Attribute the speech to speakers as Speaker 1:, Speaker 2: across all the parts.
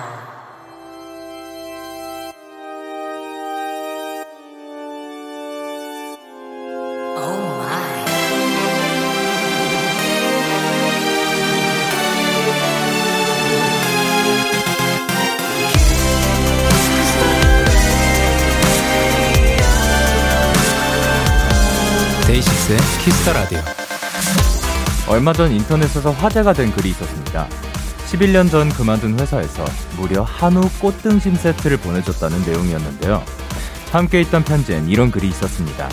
Speaker 1: 와우. 오 마이.
Speaker 2: 데이식스의 키스터 라디오. 얼마 전 인터넷에서 화제가 된 글이 있었습니다. 11년 전 그만둔 회사에서 무려 한우 꽃등심 세트를 보내줬다는 내용이었는데요. 함께 있던 편지엔 이런 글이 있었습니다.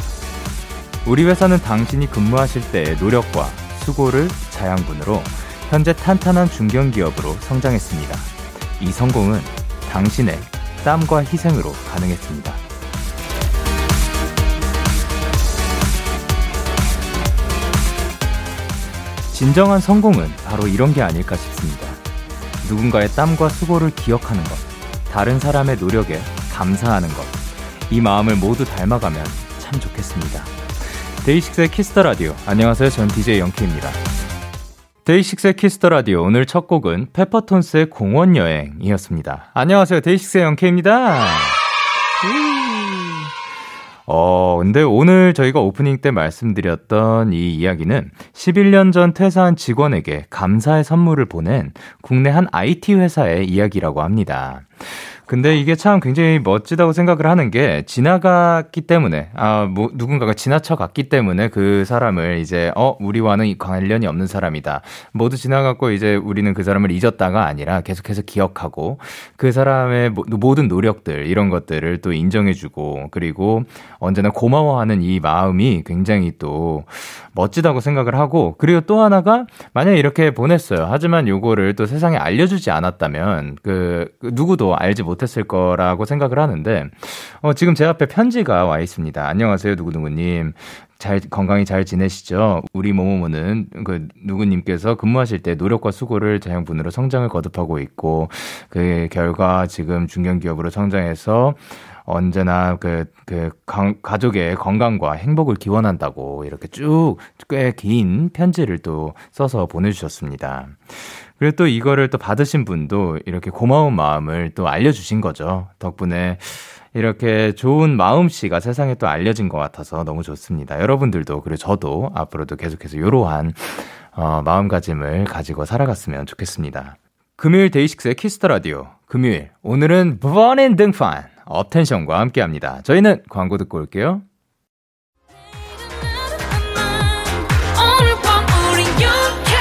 Speaker 2: 우리 회사는 당신이 근무하실 때의 노력과 수고를 자양분으로 현재 탄탄한 중견기업으로 성장했습니다. 이 성공은 당신의 땀과 희생으로 가능했습니다. 진정한 성공은 바로 이런 게 아닐까 싶습니다. 누군가의 땀과 수고를 기억하는 것, 다른 사람의 노력에 감사하는 것, 이 마음을 모두 닮아가면 참 좋겠습니다. 데이식스의 키스터 라디오. 안녕하세요. 전 DJ 영케입니다. 데이식스의 키스터 라디오. 오늘 첫 곡은 페퍼톤스의 공원 여행이었습니다. 안녕하세요. 데이식스의 영케입니다. 어, 근데 오늘 저희가 오프닝 때 말씀드렸던 이 이야기는 11년 전 퇴사한 직원에게 감사의 선물을 보낸 국내 한 IT 회사의 이야기라고 합니다. 근데 이게 참 굉장히 멋지다고 생각을 하는 게 지나갔기 때문에 아 뭐 누군가가 지나쳐 갔기 때문에 그 사람을 이제 어 우리와는 이 관련이 없는 사람이다 모두 지나갔고 이제 우리는 그 사람을 잊었다가 아니라 계속해서 기억하고 그 사람의 모- 모든 노력들 이런 것들을 또 인정해주고 그리고 언제나 고마워하는 이 마음이 굉장히 또 멋지다고 생각을 하고 그리고 또 하나가 만약에 이렇게 보냈어요 하지만 요거를 또 세상에 알려주지 않았다면 그그 누구도 알지 못했을 거라고 생각을 하는데 어, 지금 제 앞에 편지가 와 있습니다. 안녕하세요 누구누구님. 잘 건강히 잘 지내시죠? 우리 모모모는 그 누구님께서 근무하실 때 노력과 수고를 자양분으로 성장을 거듭하고 있고 그 결과 지금 중견기업으로 성장해서 언제나 그, 그, 강- 가족의 건강과 행복을 기원한다고 이렇게 쭉 꽤 긴 편지를 또 써서 보내주셨습니다. 그리고 또 이거를 또 받으신 분도 이렇게 고마운 마음을 또 알려주신 거죠. 덕분에 이렇게 좋은 마음씨가 세상에 또 알려진 것 같아서 너무 좋습니다. 여러분들도, 그리고 저도 앞으로도 계속해서 이러한 어, 마음가짐을 가지고 살아갔으면 좋겠습니다. 금요일 데이식스의 키스터 라디오. 금요일. 오늘은 버닝 등판. 업텐션과 함께 합니다. 저희는 광고 듣고 올게요.
Speaker 3: 오늘 밤 우린 영케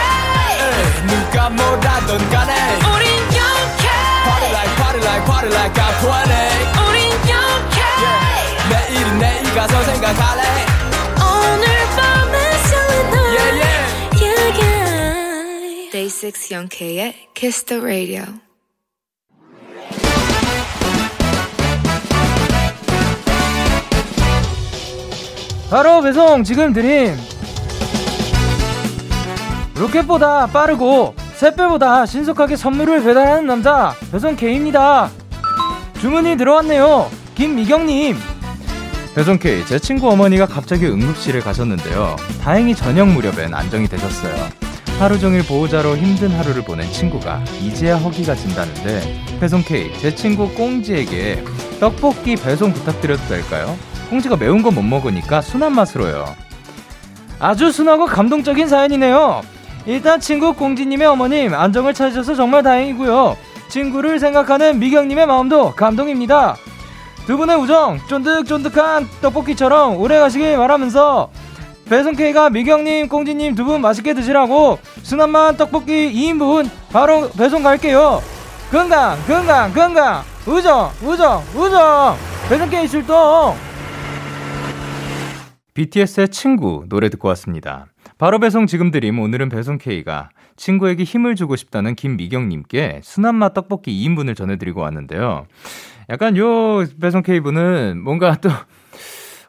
Speaker 4: 누가 뭐라던 간에
Speaker 3: 우린 영케
Speaker 4: Party like party like party like I'm 20
Speaker 3: 우린 영케
Speaker 4: 내일은 내일 가서 생각할래
Speaker 3: 오늘 밤에 설레는
Speaker 4: Yeah yeah
Speaker 3: yeah, yeah.
Speaker 5: Day 6 Young-K의 Kiss the Radio
Speaker 2: 바로 배송 지금 드림. 로켓보다 빠르고 새별보다 신속하게 선물을 배달하는 남자 배송 K입니다. 주문이 들어왔네요. 김미경님. 배송 K, 제 친구 어머니가 갑자기 응급실에 가셨는데요. 다행히 저녁 무렵엔 안정이 되셨어요. 하루 종일 보호자로 힘든 하루를 보낸 친구가 이제야 허기가 진다는데 배송 K, 제 친구 꽁지에게 떡볶이 배송 부탁드려도 될까요? 꽁지가 매운 거 못 먹으니까 순한 맛으로요. 아주 순하고 감동적인 사연이네요. 일단 친구 공지님의 어머님 안정을 찾으셔서 정말 다행이고요. 친구를 생각하는 미경님의 마음도 감동입니다. 두 분의 우정 쫀득쫀득한 떡볶이처럼 오래 가시길 바라면서 배송K가 미경님 공지님 두 분 맛있게 드시라고 순한맛 떡볶이 2인분 바로 배송 갈게요. 건강 건강 건강 우정 우정 우정 배송K 출동 BTS의 친구 노래 듣고 왔습니다. 바로 배송 지금 드림 오늘은 배송 K가 친구에게 힘을 주고 싶다는 김미경님께 순한맛 떡볶이 2인분을 전해드리고 왔는데요. 약간 요 배송 K분은 뭔가 또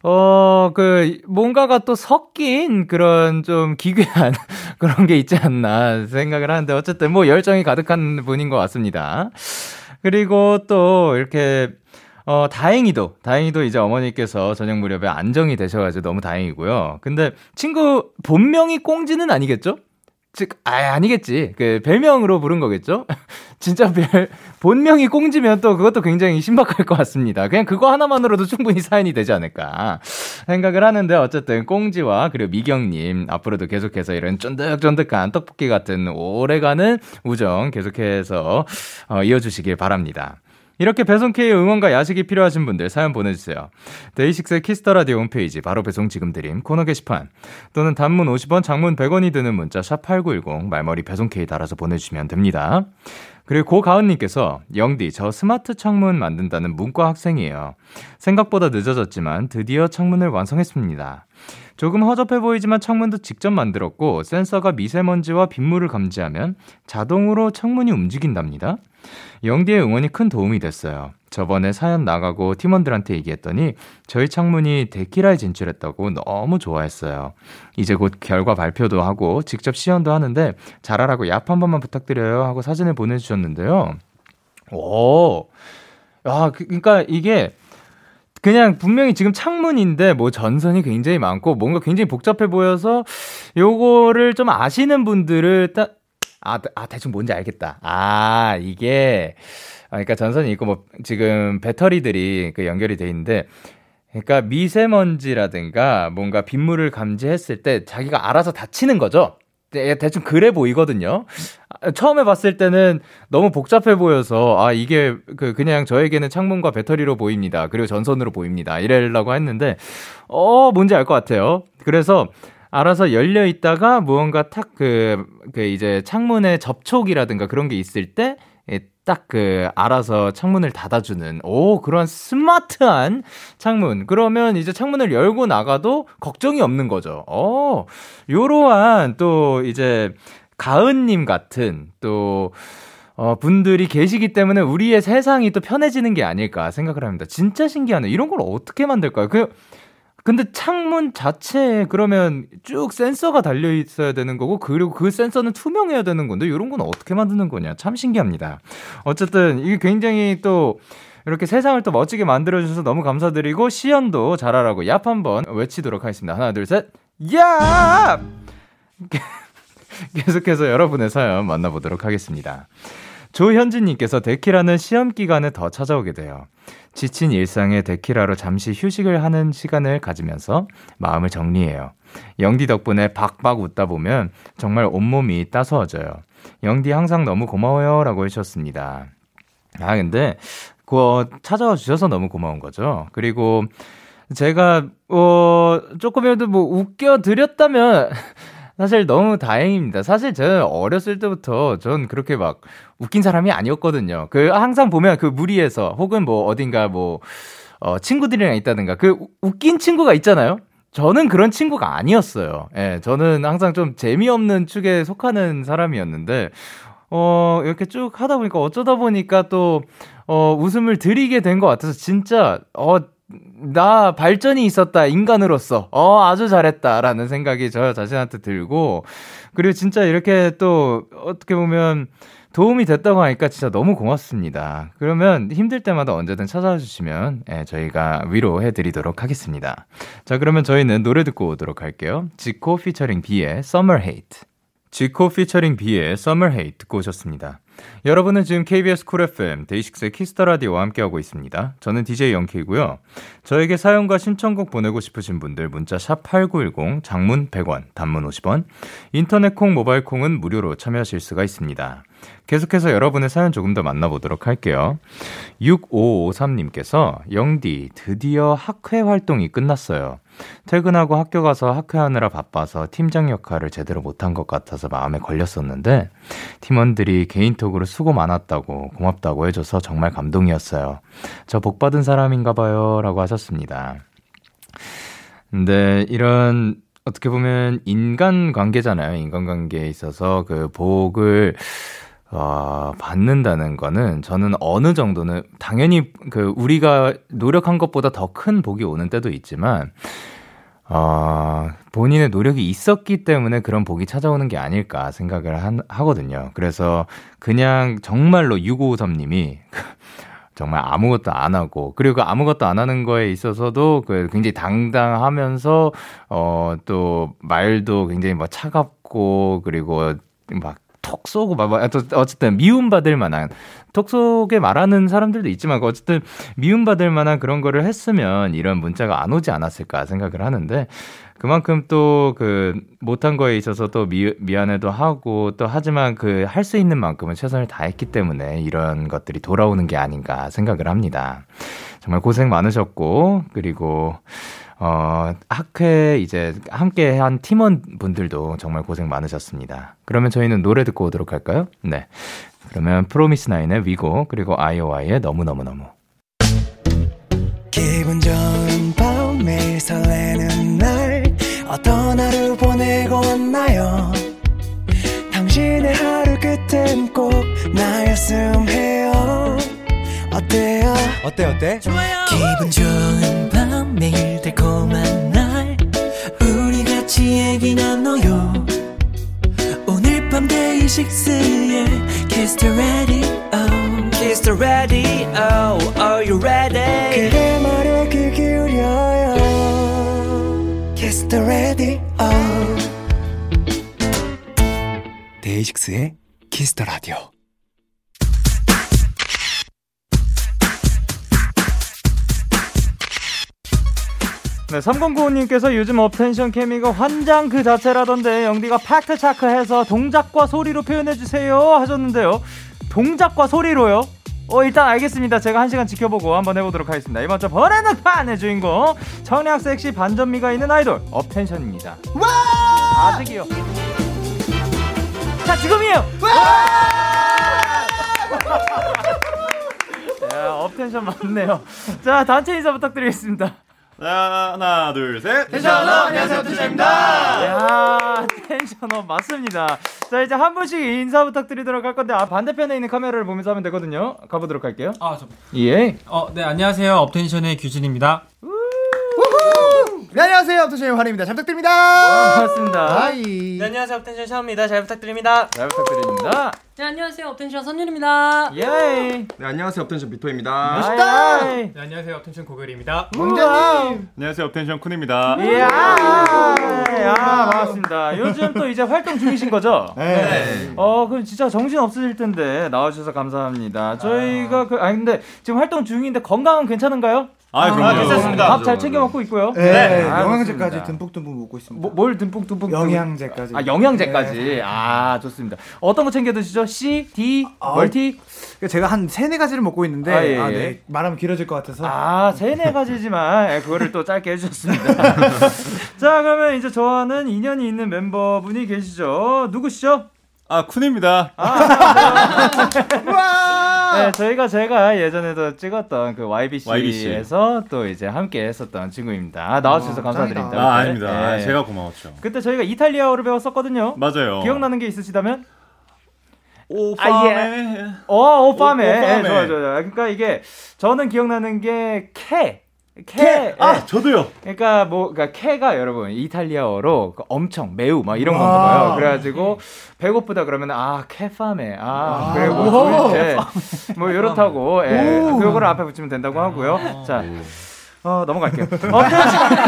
Speaker 2: 어, 그, 뭔가가 또 섞인 그런 좀 기괴한 그런 게 있지 않나 생각을 하는데, 어쨌든 뭐 열정이 가득한 분인 것 같습니다. 그리고 또 이렇게, 어, 다행히도, 다행히도 이제 어머니께서 저녁 무렵에 안정이 되셔가지고 너무 다행이고요. 근데 친구 본명이 꽁지는 아니겠죠? 즉, 아, 아니겠지. 그, 별명으로 부른 거겠죠? 진짜 별, 본명이 꽁지면 또 그것도 굉장히 신박할 것 같습니다. 그냥 그거 하나만으로도 충분히 사연이 되지 않을까 생각을 하는데, 어쨌든 꽁지와 그리고 미경님, 앞으로도 계속해서 이런 쫀득쫀득한 떡볶이 같은 오래가는 우정 계속해서 어, 이어주시길 바랍니다. 이렇게 배송K의 응원과 야식이 필요하신 분들 사연 보내주세요. 데이식스의 키스터라디오 홈페이지 바로 배송 지금 드림 코너 게시판 또는 단문 50원 장문 100원이 드는 문자 샵8910 말머리 배송K 달아서 보내주시면 됩니다. 그리고 고가은님께서 영디 저 스마트 창문 만든다는 문과 학생이에요. 생각보다 늦어졌지만 드디어 창문을 완성했습니다. 조금 허접해 보이지만 창문도 직접 만들었고 센서가 미세먼지와 빗물을 감지하면 자동으로 창문이 움직인답니다. 영디의 응원이 큰 도움이 됐어요. 저번에 사연 나가고 팀원들한테 얘기했더니 저희 창문이 데키라에 진출했다고 너무 좋아했어요. 이제 곧 결과 발표도 하고 직접 시연도 하는데 잘하라고 얍 한 번만 부탁드려요 하고 사진을 보내주셨는데요. 오, 아 그- 그러니까 이게 그냥 분명히 지금 창문인데 뭐 전선이 굉장히 많고 뭔가 굉장히 복잡해 보여서 요거를 좀 아시는 분들을 딱 아, 대- 아, 대충 뭔지 알겠다. 아, 이게 아, 그러니까 전선이 있고 뭐 지금 배터리들이 그 연결이 돼 있는데 그러니까 미세먼지라든가 뭔가 빗물을 감지했을 때 자기가 알아서 다치는 거죠. 대- 대충 그래 보이거든요. 아, 처음에 봤을 때는 너무 복잡해 보여서 아 이게 그 그냥 저에게는 창문과 배터리로 보입니다. 그리고 전선으로 보입니다. 이래려고 했는데 어 뭔지 알 것 같아요. 그래서 알아서 열려 있다가 무언가 탁 그 그 이제 창문에 접촉이라든가 그런 게 있을 때 딱 그 알아서 창문을 닫아주는 오 그런 스마트한 창문 그러면 이제 창문을 열고 나가도 걱정이 없는 거죠. 어 요러한 또 이제 가은님 같은 또 어, 분들이 계시기 때문에 우리의 세상이 또 편해지는 게 아닐까 생각을 합니다. 진짜 신기하네. 이런 걸 어떻게 만들까요? 그 근데 창문 자체에 그러면 쭉 센서가 달려 있어야 되는 거고 그리고 그 센서는 투명해야 되는 건데 이런 건 어떻게 만드는 거냐 참 신기합니다. 어쨌든 이게 굉장히 또 이렇게 세상을 또 멋지게 만들어 주셔서 너무 감사드리고 시연도 잘하라고 얍 한번 외치도록 하겠습니다. 하나 둘 셋. 얍! 계속해서 여러분의 사연 만나보도록 하겠습니다. 조현진님께서 데키라는 시험 기간에 더 찾아오게 돼요. 지친 일상에 데키라로 잠시 휴식을 하는 시간을 가지면서 마음을 정리해요. 영디 덕분에 박박 웃다 보면 정말 온몸이 따스워져요. 영디 항상 너무 고마워요 라고 해주셨습니다. 아, 근데, 그거 찾아와 주셔서 너무 고마운 거죠. 그리고 제가, 어, 조금이라도 뭐 웃겨드렸다면, 사실 너무 다행입니다. 사실 저는 어렸을 때부터 전 그렇게 막 웃긴 사람이 아니었거든요. 그 항상 보면 그 무리에서 혹은 뭐 어딘가 뭐, 어, 친구들이랑 있다든가 그 우- 웃긴 친구가 있잖아요. 저는 그런 친구가 아니었어요. 예, 저는 항상 좀 재미없는 축에 속하는 사람이었는데, 어, 이렇게 쭉 하다 보니까 어쩌다 보니까 또, 어, 웃음을 드리게 된 것 같아서 진짜, 어, 나 발전이 있었다, 인간으로서. 어, 아주 잘했다라는 생각이 저 자신한테 들고, 그리고 진짜 이렇게 또, 어떻게 보면, 도움이 됐다고 하니까 진짜 너무 고맙습니다. 그러면 힘들 때마다 언제든 찾아와 주시면 예, 저희가 위로해 드리도록 하겠습니다. 자, 그러면 저희는 노래 듣고 오도록 할게요. 지코 피처링 비의 Summer Hate. 지코 피처링 비의 Summer Hate 듣고 오셨습니다. 여러분은 지금 KBS 쿨 FM 데이식스의 키스터 라디오와 함께하고 있습니다. 저는 DJ 영케이고요. 저에게 사연과 신청곡 보내고 싶으신 분들 문자 샵 #8910 장문 100원, 단문 50원, 인터넷 콩, 모바일 콩은 무료로 참여하실 수가 있습니다. 계속해서 여러분의 사연 조금 더 만나보도록 할게요. 6553님께서 영디 드디어 학회 활동이 끝났어요. 퇴근하고 학교 가서 학회하느라 바빠서 팀장 역할을 제대로 못한 것 같아서 마음에 걸렸었는데 팀원들이 개인톡으로 수고 많았다고 고맙다고 해줘서 정말 감동이었어요. 저 복 받은 사람인가 봐요 라고 하셨습니다. 근데 이런 어떻게 보면 인간 관계잖아요. 인간 관계에 있어서 그 복을 어, 받는다는 거는 저는 어느 정도는 당연히 그 우리가 노력한 것보다 더 큰 복이 오는 때도 있지만 어, 본인의 노력이 있었기 때문에 그런 복이 찾아오는 게 아닐까 생각을 한- 하거든요. 그래서 그냥 정말로 6553님이 정말 아무것도 안 하고 그리고 그 아무것도 안 하는 거에 있어서도 그 굉장히 당당하면서 어 또 말도 굉장히 뭐 차갑고 그리고 막 톡 쏘고 막 막- 또 어쨌든 미움받을 만한 톡 쏘게 말하는 사람들도 있지만 어쨌든 미움받을 만한 그런 거를 했으면 이런 문자가 안 오지 않았을까 생각을 하는데 그만큼 또 그 못한 거에 있어서 또 미, 미안해도 하고 또 하지만 그 할 수 있는 만큼은 최선을 다했기 때문에 이런 것들이 돌아오는 게 아닌가 생각을 합니다. 정말 고생 많으셨고 그리고 어 학회 이제 함께 한 팀원 분들도 정말 고생 많으셨습니다. 그러면 저희는 노래 듣고 오도록 할까요? 네. 그러면 프로미스나인의 위고 그리고 아이오아이의 너무너무너무
Speaker 4: 기분 좋은 밤 매일 설레는 날 어떤 하루 보내고 왔나요 당신의 하루 끝엔 꼭 나였음 해요 어때요 어때 어때
Speaker 1: 기분 좋은 밤 매일 달콤한 날 우리 같이 얘기 나눠요 오늘 밤 데이식스의 Kiss the Radio
Speaker 4: Kiss the radio Are you ready 그대 말에 귀 기울여요 Kiss the radio 데이식스의 키스 더 라디오
Speaker 2: 네, 3095님께서 요즘 업텐션 케미가 환장 그 자체라던데 영디가 팩트 차크해서 동작과 소리로 표현해주세요 하셨는데요 동작과 소리로요? 어 일단 알겠습니다 제가 한 시간 지켜보고 한번 해보도록 하겠습니다 이번 주 번외는 판의 주인공 청량 섹시 반전미가 있는 아이돌 업텐션입니다 와 아직이요 자 지금이에요 와! 야, 업텐션 맞네요 자 단체 인사 부탁드리겠습니다
Speaker 6: 자, 하나, 둘, 셋.
Speaker 2: 안녕하세요 투자입니다. 야 텐션업 맞습니다. 자 이제 한 분씩 인사 부탁드리도록 할 건데 아 반대편에 있는 카메라를 보면서 하면 되거든요. 가보도록 할게요.
Speaker 7: 아, 저,
Speaker 2: 예.
Speaker 7: 어, 네, 안녕하세요. 업텐션의 규진입니다.
Speaker 8: 네, 안녕하세요. 업투쇼의 환입니다. 잘 부탁드립니다.
Speaker 2: 반갑습니다.
Speaker 8: 아이.
Speaker 7: 네, 안녕하세요. 업텐션 샤오입니다. 잘 부탁드립니다.
Speaker 2: 잘 부탁드립니다.
Speaker 9: 네, 안녕하세요. 업텐션 선율입니다.
Speaker 2: 예.
Speaker 6: 네, 안녕하세요. 업텐션 비토입니다.
Speaker 2: 멋있다.
Speaker 7: 네, 안녕하세요. 업텐션 고별입니다.
Speaker 8: 공자님.
Speaker 6: 안녕하세요. 업텐션 쿤입니다.
Speaker 2: 이야. 야 아, 반갑습니다. 요즘 또 이제 활동 중이신 거죠?
Speaker 8: 네.
Speaker 2: 어 그럼 진짜 정신 없으실 텐데 나와주셔서 감사합니다. 저희가 그 아니 근데 지금 활동 중인데 건강은 괜찮은가요?
Speaker 6: 아, 그럼요.
Speaker 2: 괜찮습니다. 밥 잘 챙겨 먹고 있고요.
Speaker 8: 네.
Speaker 2: 아,
Speaker 8: 영양제까지
Speaker 2: 좋습니다.
Speaker 8: 듬뿍듬뿍 먹고 있습니다.
Speaker 2: 뭐, 뭘 듬뿍듬뿍
Speaker 8: 영양제까지.
Speaker 2: 아 영양제까지 아 좋습니다 어떤 거 챙겨 드시죠 C D
Speaker 8: 아,
Speaker 2: 멀티
Speaker 10: 그러니까
Speaker 8: 네. 제가 한 세네 가지를 먹고 있는데
Speaker 2: 아, 예,
Speaker 8: 아,
Speaker 2: 예.
Speaker 8: 네. 말하면 길어질 것 같아서.
Speaker 2: 아 세네 가지지만 예, 그거를 또 짧게 해주셨습니다 자 그러면 이제 저와는 인연이 있는 멤버분이 계시죠 누구시죠
Speaker 6: 아, 쿤입니다.
Speaker 2: 네, 저희가 제가 예전에도 찍었던 그 YBC에서 또 이제 함께 했었던 친구입니다 아, 나와주셔서
Speaker 8: 아,
Speaker 2: 감사드립니다
Speaker 6: 아,
Speaker 2: 네.
Speaker 6: 아닙니다. 아,
Speaker 2: 예.
Speaker 6: 제가 뭐. 고마웠죠.
Speaker 2: 그때 저희가 이탈리아어를 배웠었거든요
Speaker 6: 맞아요.
Speaker 2: 기억나는 아, 예. 게 있으시다면
Speaker 6: 오빠네.
Speaker 2: 어, 오빠메.
Speaker 6: 오- 오빠메.
Speaker 2: 예, 좋아, 좋아, 좋아. 그러니까 이게 저는 기억나는 게 캐. 캐. 예.
Speaker 6: 아, 저도요.
Speaker 2: 그러니까 뭐 그러니까 캐가 여러분 이탈리아어로 그 엄청 매우 막 이런 건가
Speaker 6: 아,
Speaker 2: 봐요. 그래 가지고
Speaker 6: 네.
Speaker 2: 배고프다 그러면 아, 캐파메. 아, 그리고 또 이제 뭐 요렇다고. 예. 그거를 앞에 붙이면
Speaker 6: 아,
Speaker 2: 된다고
Speaker 6: 네.
Speaker 2: 하고요. 자. 어, 넘어갈게요. 업텐션.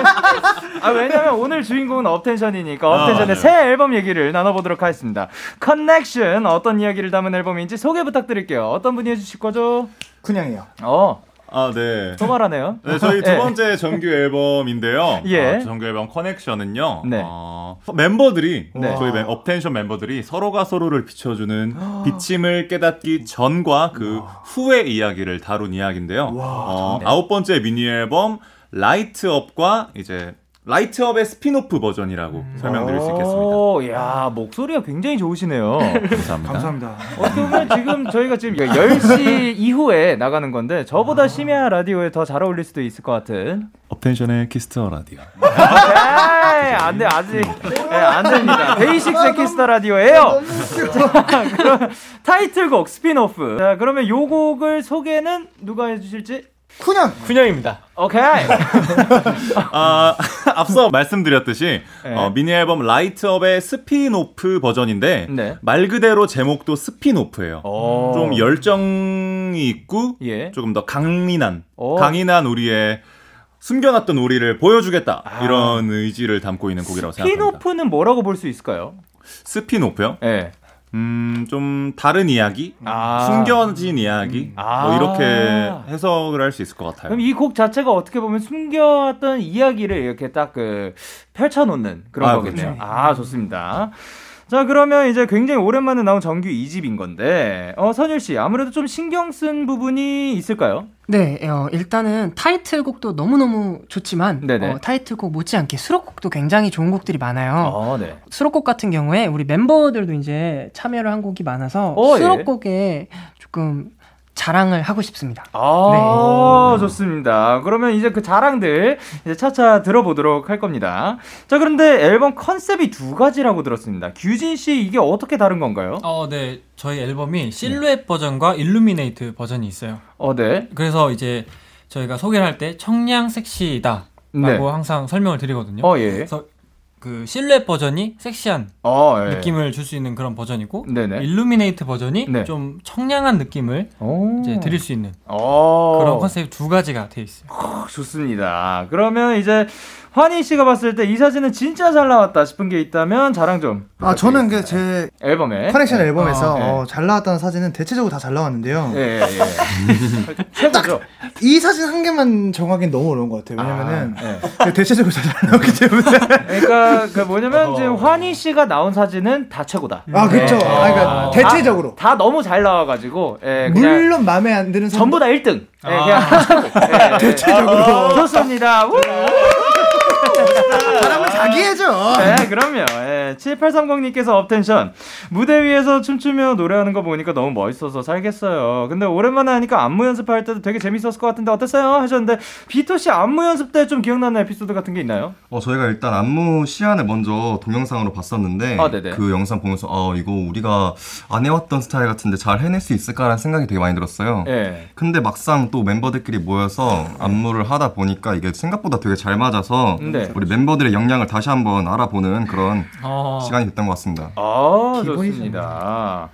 Speaker 2: 아, 왜냐면 오늘 주인공은 업텐션이니까 업텐션의
Speaker 6: 아, 네.
Speaker 2: 새 앨범 얘기를 나눠보도록 하겠습니다. 커넥션 어떤 이야기를 담은 앨범인지 소개 부탁드릴게요. 어떤 분이 해주실 거죠?
Speaker 8: 그냥이요.
Speaker 2: 어,
Speaker 6: 아, 네.
Speaker 2: 소말하네요.
Speaker 6: 네, 저희 두
Speaker 2: 예.
Speaker 6: 번째 정규 앨범인데요.
Speaker 2: 예.
Speaker 6: 아, 정규 앨범 커넥션은요.
Speaker 2: 네.
Speaker 6: 어, 멤버들이
Speaker 2: 네.
Speaker 6: 저희 멤- 업텐션 멤버들이 서로가 서로를 비춰주는 비침을 깨닫기 전과 그 후의 이야기를 다룬 이야기인데요. 어, 아홉 번째 미니 앨범 라이트업과 이제 라이트업의 스피노프 버전이라고 설명드릴 수 있겠습니다.
Speaker 2: 오, 야 목소리가 굉장히 좋으시네요.
Speaker 10: 아.
Speaker 8: 감사합니다.
Speaker 2: 어떻게 보면 지금 저희가 지금 10시 이후에 나가는 건데 저보다
Speaker 6: 아.
Speaker 2: 심야 라디오에 더 잘 어울릴 수도 있을 것 같은.
Speaker 6: 업텐션의 키스터 라디오.
Speaker 2: 에이, 안 돼, 아직. 예, 안 됩니다. 베이식 세키스타 라디오예요 자, 그럼 타이틀곡 스피노프. 자, 그러면 요 곡을 소개는 누가 해주실지?
Speaker 10: 9년
Speaker 7: 군영입니다.
Speaker 2: 오케이.
Speaker 6: 아, 앞서 말씀드렸듯이
Speaker 2: 네.
Speaker 6: 어, 미니 앨범 라이트업의 스피노프 버전인데
Speaker 2: 네.
Speaker 6: 말 그대로 제목도 스피노프예요.
Speaker 2: 어.
Speaker 6: 좀 열정이 있고
Speaker 2: 예.
Speaker 6: 조금 더 강인한
Speaker 2: 어.
Speaker 6: 강인한 우리의 숨겨놨던 우리를 보여주겠다
Speaker 2: 아.
Speaker 6: 이런 의지를 담고 있는 곡이라고 생각합니다.
Speaker 2: 피노프는 뭐라고 볼 수 있을까요?
Speaker 6: 스피노프요?
Speaker 2: 예.
Speaker 6: 음, 좀 다른 이야기,
Speaker 2: 아.
Speaker 6: 숨겨진 이야기,
Speaker 2: 아.
Speaker 6: 뭐 이렇게 해석을 할 수 있을 것 같아요.
Speaker 2: 그럼 이 곡 자체가 어떻게 보면 숨겨왔던 이야기를 이렇게 딱 그 펼쳐놓는 그런
Speaker 6: 아,
Speaker 2: 거겠네요.
Speaker 6: 그렇죠.
Speaker 2: 아 좋습니다. 자 그러면 이제 굉장히 오랜만에 나온 정규 2집인 건데 어 선율 씨 아무래도 좀 신경 쓴 부분이 있을까요?
Speaker 11: 네, 어, 일단은 타이틀곡도 너무너무 좋지만
Speaker 2: 네네.
Speaker 11: 어, 타이틀곡 못지않게 수록곡도 굉장히 좋은 곡들이 많아요.
Speaker 2: 어, 네.
Speaker 11: 수록곡 같은 경우에 우리 멤버들도 이제 참여를 한 곡이 많아서
Speaker 2: 어, 예.
Speaker 11: 수록곡에 조금 자랑을 하고 싶습니다.
Speaker 2: 아, 좋습니다. 그러면 이제 그 자랑들 이제 차차 들어보도록 할 겁니다. 자, 그런데 앨범 컨셉이 두 가지라고 들었습니다. 규진 씨 이게 어떻게 다른 건가요?
Speaker 7: 어, 네. 저희 앨범이 실루엣 버전과 일루미네이트 버전이 있어요.
Speaker 2: 어, 네.
Speaker 7: 그래서 이제 저희가 소개를 할 때 청량 섹시다라고
Speaker 2: 네.
Speaker 7: 항상 설명을 드리거든요.
Speaker 2: 어, 예.
Speaker 7: 그래서 그 실루엣 버전이 섹시한
Speaker 2: 어, 예.
Speaker 7: 느낌을 줄 수 있는 그런 버전이고
Speaker 2: 네네.
Speaker 7: 일루미네이트 버전이
Speaker 2: 네.
Speaker 7: 좀 청량한 느낌을
Speaker 2: 오.
Speaker 7: 이제 드릴 수 있는
Speaker 2: 어. 아,
Speaker 7: 그런 컨셉 두 가지가 돼 있어요.
Speaker 2: 좋습니다. 그러면 이제 환희 씨가 봤을 때 이 사진은 진짜 잘 나왔다 싶은 게 있다면 자랑 좀.
Speaker 10: 아 저는 그 제
Speaker 2: 앨범에.
Speaker 10: 커넥션 앨범에서
Speaker 2: 아, 네.
Speaker 10: 어, 잘 나왔다는 사진은 대체적으로 다 잘 나왔는데요
Speaker 2: 예, 예, 예. 최고죠.
Speaker 10: 이 사진 한 개만 정하기는 너무 어려운 것 같아요 네. 왜냐면은
Speaker 2: 아, 예.
Speaker 10: 대체적으로 다 잘 나왔기 때문에
Speaker 2: 그러니까 그 뭐냐면
Speaker 7: 어.
Speaker 2: 지금 환희 씨가 나온 사진은 다 최고다.
Speaker 10: 아 그쵸 아, 네, 그러니까 대체적으로
Speaker 2: 다, 다 너무 잘 나와가지고 예, 그냥
Speaker 10: 물론 마음에 안 드는 사람
Speaker 2: 전부 다 1등. 예,
Speaker 7: 아.
Speaker 2: 그냥 다 최고. 예, 예.
Speaker 10: 대체적으로.
Speaker 2: 좋습니다. 우!
Speaker 10: 사람은 자기 해죠
Speaker 2: 네, 그럼요. 예, 7830님께서 업텐션. 무대 위에서 춤추며 노래하는 거 보니까 너무 멋있어서 살겠어요. 근데 오랜만에 하니까 안무 연습할 때도 되게 재밌었을 것 같은데 어땠어요? 하셨는데, 비토씨 안무 연습 때 좀 기억나는 에피소드 같은 게 있나요?
Speaker 12: 어, 저희가 일단 안무 시안을 먼저 동영상으로 봤었는데
Speaker 2: 아, 네네.
Speaker 12: 그 영상 보면서 아 이거 우리가 안 해왔던 스타일 같은데 잘 해낼 수 있을까라는 생각이 되게 많이 들었어요.
Speaker 2: 예.
Speaker 12: 근데 막상 또 멤버들끼리 모여서 안무를 하다 보니까 이게 생각보다 되게 잘 맞아서
Speaker 2: 네.
Speaker 12: 우리 멤버들의 역량을 다시 한번 알아보는 그런
Speaker 7: 어.
Speaker 12: 시간이 됐던 것 같습니다.
Speaker 2: 아,
Speaker 10: 기본이죠.
Speaker 2: 좋습니다.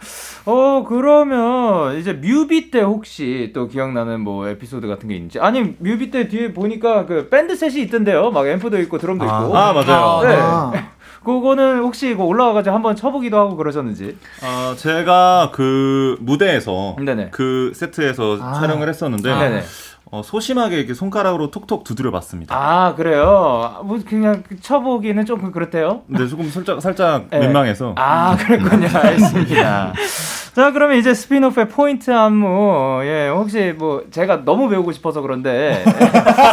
Speaker 2: 어, 그러면 이제 뮤비 때 혹시 또 기억나는 뭐 에피소드 같은 게 있는지. 아니, 뮤비 때 뒤에 보니까 그 밴드 셋이 있던데요. 막 앰프도 있고 드럼도 있고.
Speaker 6: 아 맞아요.
Speaker 7: 아,
Speaker 2: 네.
Speaker 10: 아.
Speaker 2: 그거는 혹시 이거 올라와가지고 한번 쳐보기도 하고 그러셨는지.
Speaker 6: 어, 제가 그 무대에서
Speaker 2: 네네.
Speaker 6: 그 세트에서
Speaker 10: 아.
Speaker 6: 촬영을 했었는데
Speaker 2: 네네.
Speaker 6: 어, 소심하게 이렇게 손가락으로 톡톡 두드려 봤습니다.
Speaker 2: 아 그래요. 뭐 그냥 쳐보기는 조금 그렇대요.
Speaker 6: 근데 조금 살짝 살짝
Speaker 2: 네.
Speaker 6: 민망해서
Speaker 2: 아 그랬군요. 알겠습니다. 자 그러면 이제 스피노프의 포인트 안무 예 혹시 뭐 제가 너무 배우고 싶어서 그런데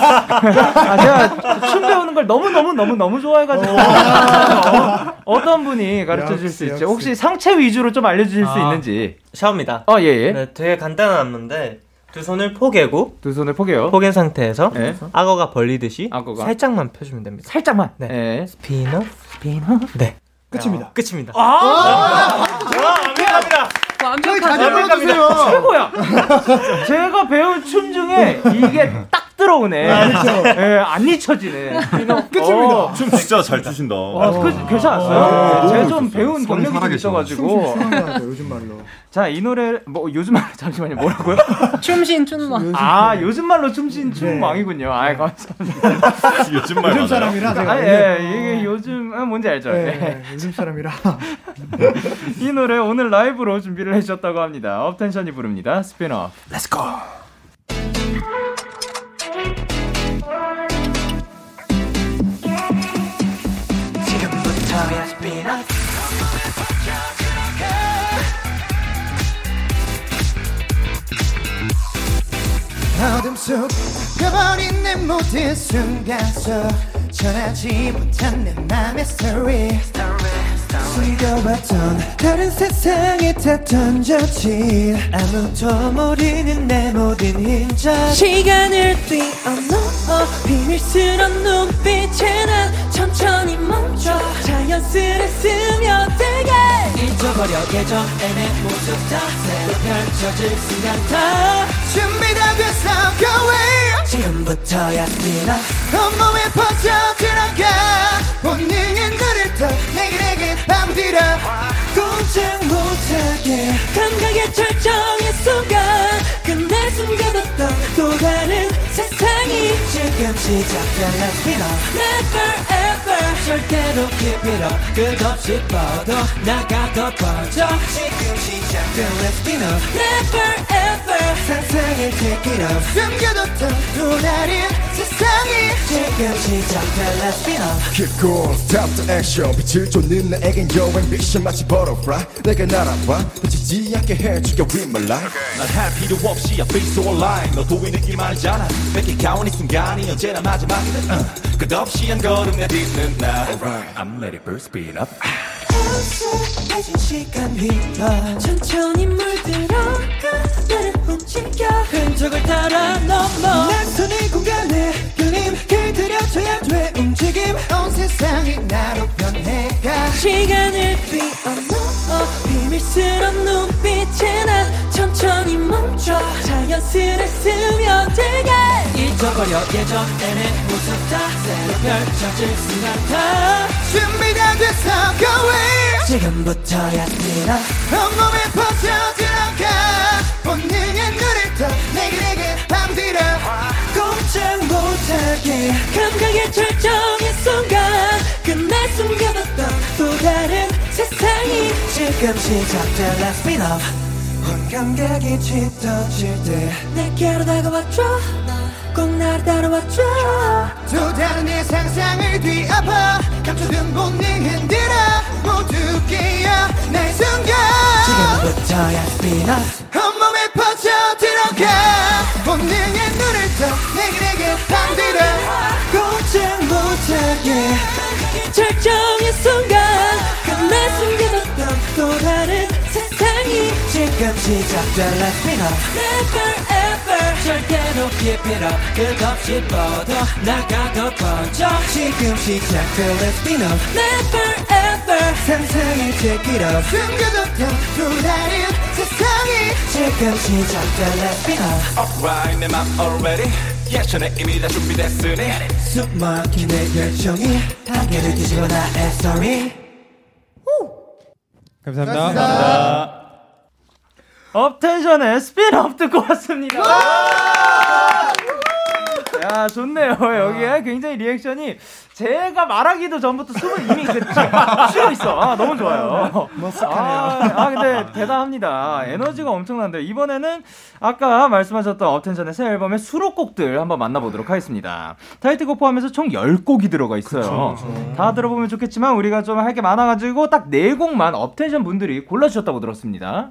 Speaker 2: 아, 제가 춤 배우는 걸 너무 너무 너무 너무 좋아해가지고 어, 떤 분이 가르쳐 주실 수
Speaker 10: 역시,
Speaker 2: 있죠?
Speaker 10: 역시.
Speaker 2: 혹시 상체 위주로 좀 알려주실 수
Speaker 13: 아.
Speaker 2: 있는지
Speaker 13: 샤오입니다.
Speaker 2: 어 예예
Speaker 13: 네, 되게 간단한 안무인데 두 손을 포개고
Speaker 2: 두 손을 포개요.
Speaker 13: 포갠 상태에서
Speaker 2: 예.
Speaker 13: 악어가 벌리듯이
Speaker 2: 악어가.
Speaker 13: 살짝만 펴주면 됩니다.
Speaker 2: 살짝만
Speaker 13: 네.
Speaker 2: 아, 예.
Speaker 13: 스피너 스피너 네
Speaker 10: 아, 끝입니다. 아,
Speaker 13: 끝입니다.
Speaker 8: 아!
Speaker 10: 저희 자주
Speaker 11: 완벽하죠.
Speaker 10: 불러주세요
Speaker 2: 최고야. 제가 배운 춤 중에 이게 딱 들어오네. 예, 안 잊혀지네.
Speaker 10: 끝입니다.
Speaker 2: 어,
Speaker 6: 춤 진짜 잘 추신다.
Speaker 2: 와, 그, 괜찮았어요.
Speaker 12: 아,
Speaker 2: 제가
Speaker 12: 너무
Speaker 2: 좀
Speaker 12: 좋았어요.
Speaker 2: 배운
Speaker 12: 손이
Speaker 2: 경력이 좀
Speaker 12: 살아계셔.
Speaker 2: 있어가지고.
Speaker 10: 춤추는 네, 요즘 말로
Speaker 2: 자, 이 노래, 뭐, 요즘 말, 잠시만요, 뭐라고요?
Speaker 11: 춤신 춤만.
Speaker 2: 아, 요즘 말로
Speaker 6: 네.
Speaker 2: 춤신 춤왕이군요. 아이, 감사합니다.
Speaker 6: 어, 요즘 말
Speaker 10: 요즘
Speaker 6: 맞아요. 네.
Speaker 10: 사람이라 제가
Speaker 2: 아,
Speaker 10: 알면-
Speaker 2: 예, 이게 요즘, 아, 뭔지 알죠? 예.
Speaker 10: 예, 요즘 사람이라
Speaker 2: 이 노래 오늘 라이브로 준비를 해주셨다고 합니다. 업텐션이 부릅니다. 스피너.
Speaker 10: Let's go. 어둠 속 가버린 내 모든 순간 속 전하지 못한 내 맘의 스토리 숨겨봤던 다른 세상에 다 던져진 아무도 모르는 내 모든 흔적
Speaker 14: 시간을 뛰어넘어 비밀스런 눈빛에 난 천천히 멈춰 자연스레 스며들게
Speaker 13: 잊어버려 예전의 모습 다 새로 펼쳐질 순간 다
Speaker 10: 준비다 됐어 go away 지금부터야 뛰어 온몸에 퍼져 들어가 본능은 너를 더 내게 내게 밤들어
Speaker 7: 꼼짝 못하게 감각의 절정의 순간 끝날 순간 어떤 또 다른 세상이
Speaker 10: 지금 시작된 Let's be love
Speaker 7: Never ever 절대로 keep it up 끝없이 뻗어 나가 더 뻗어
Speaker 10: 지금 시작된 Let's be love
Speaker 7: Never ever
Speaker 10: 세상을 take it up 숨겨뒀던 또 다른 세상이 지금 시작된 Let's be love
Speaker 15: Keep cool, stop the action 빛을 쫓는 나에겐 여행 미션 마치 butterfly 내가 날아와 다치지 않게 해줄게 with my life
Speaker 16: 난할 필요 없이 I feel so alive 너도 이 느낌 알잖아 뺏겨가온 이 순간이 언제나 마지막이다 uh. 끝없이 한 걸음 내딛는 나 Alright, I'm ready for speed up
Speaker 7: 해진 시간 휘어 천천히 물들어 그대를 움직여 흔적을 따라 넘어
Speaker 10: 낙선의 공간에 그림 길들여줘야 돼 움직임 온 세상이 나로 변해가
Speaker 7: 시간을 뛰어넘어 비밀스런 눈빛에 난 천천히 멈춰 자연스레 스며들게
Speaker 17: 잊어버려 예전에는 무섭다 새로 펼쳐질 순간
Speaker 10: 다 준비가 돼서 go away
Speaker 7: 지금부터야
Speaker 10: 뛰어 온몸에 퍼져 들어가 본능의 눈을 떠 내게 내게 밤들어
Speaker 7: 꼼짝 못하게 감각의 절정의 순간 끝날 숨겨뒀던 또 다른 세상이
Speaker 10: 지금 시작된 Let's be love 온 감각이 짙어질 때
Speaker 7: 내게로 다가와줘 꼭 나를 따라와줘
Speaker 10: 또 다른 내 상상을 뒤엎어 감춰둔 본능 흔들어 모두 깨어 내 순간
Speaker 7: 지금부터야 스피너
Speaker 10: 온몸에 퍼져 들어가 본능의 눈을 떠 내게 내게 반들어
Speaker 7: 꼼짝 못하게 절정의 순간 끝내 숨겨뒀던 또 다른 세상이
Speaker 10: 지금 시작될 Let's be love
Speaker 7: Never ever
Speaker 17: 절대로 keep it up 끝없이 뻗어 나가 더 번져
Speaker 10: 지금 시작될 Let's be love
Speaker 7: Never ever
Speaker 10: 상상의 take it up 숨겨뒀던 또 다른 세상이 지금 시작될 Let's be love
Speaker 16: Alright, 내맘 already 예전에 이미 다 준비됐으니
Speaker 10: 숨막힌 내 열정이 단계를 뒤집어 나의 story
Speaker 18: 감사합니다.
Speaker 6: 감사합니다.
Speaker 2: 업텐션의 스피드업 듣고 왔습니다. 야 좋네요. 여기에 굉장히 리액션이 제가 말하기도 전부터 숨을 이미 그 쉬고 있어. 아, 너무 좋아요. 아, 아 근데 대단합니다. 에너지가 엄청난데 이번에는 아까 말씀하셨던 업텐션의 새 앨범의 수록곡들 한번 만나보도록 하겠습니다. 타이틀곡 포함해서 총 10곡이 들어가 있어요. 다 들어보면 좋겠지만 우리가 좀 할 게 많아가지고 딱 4곡만 업텐션 분들이 골라주셨다고 들었습니다.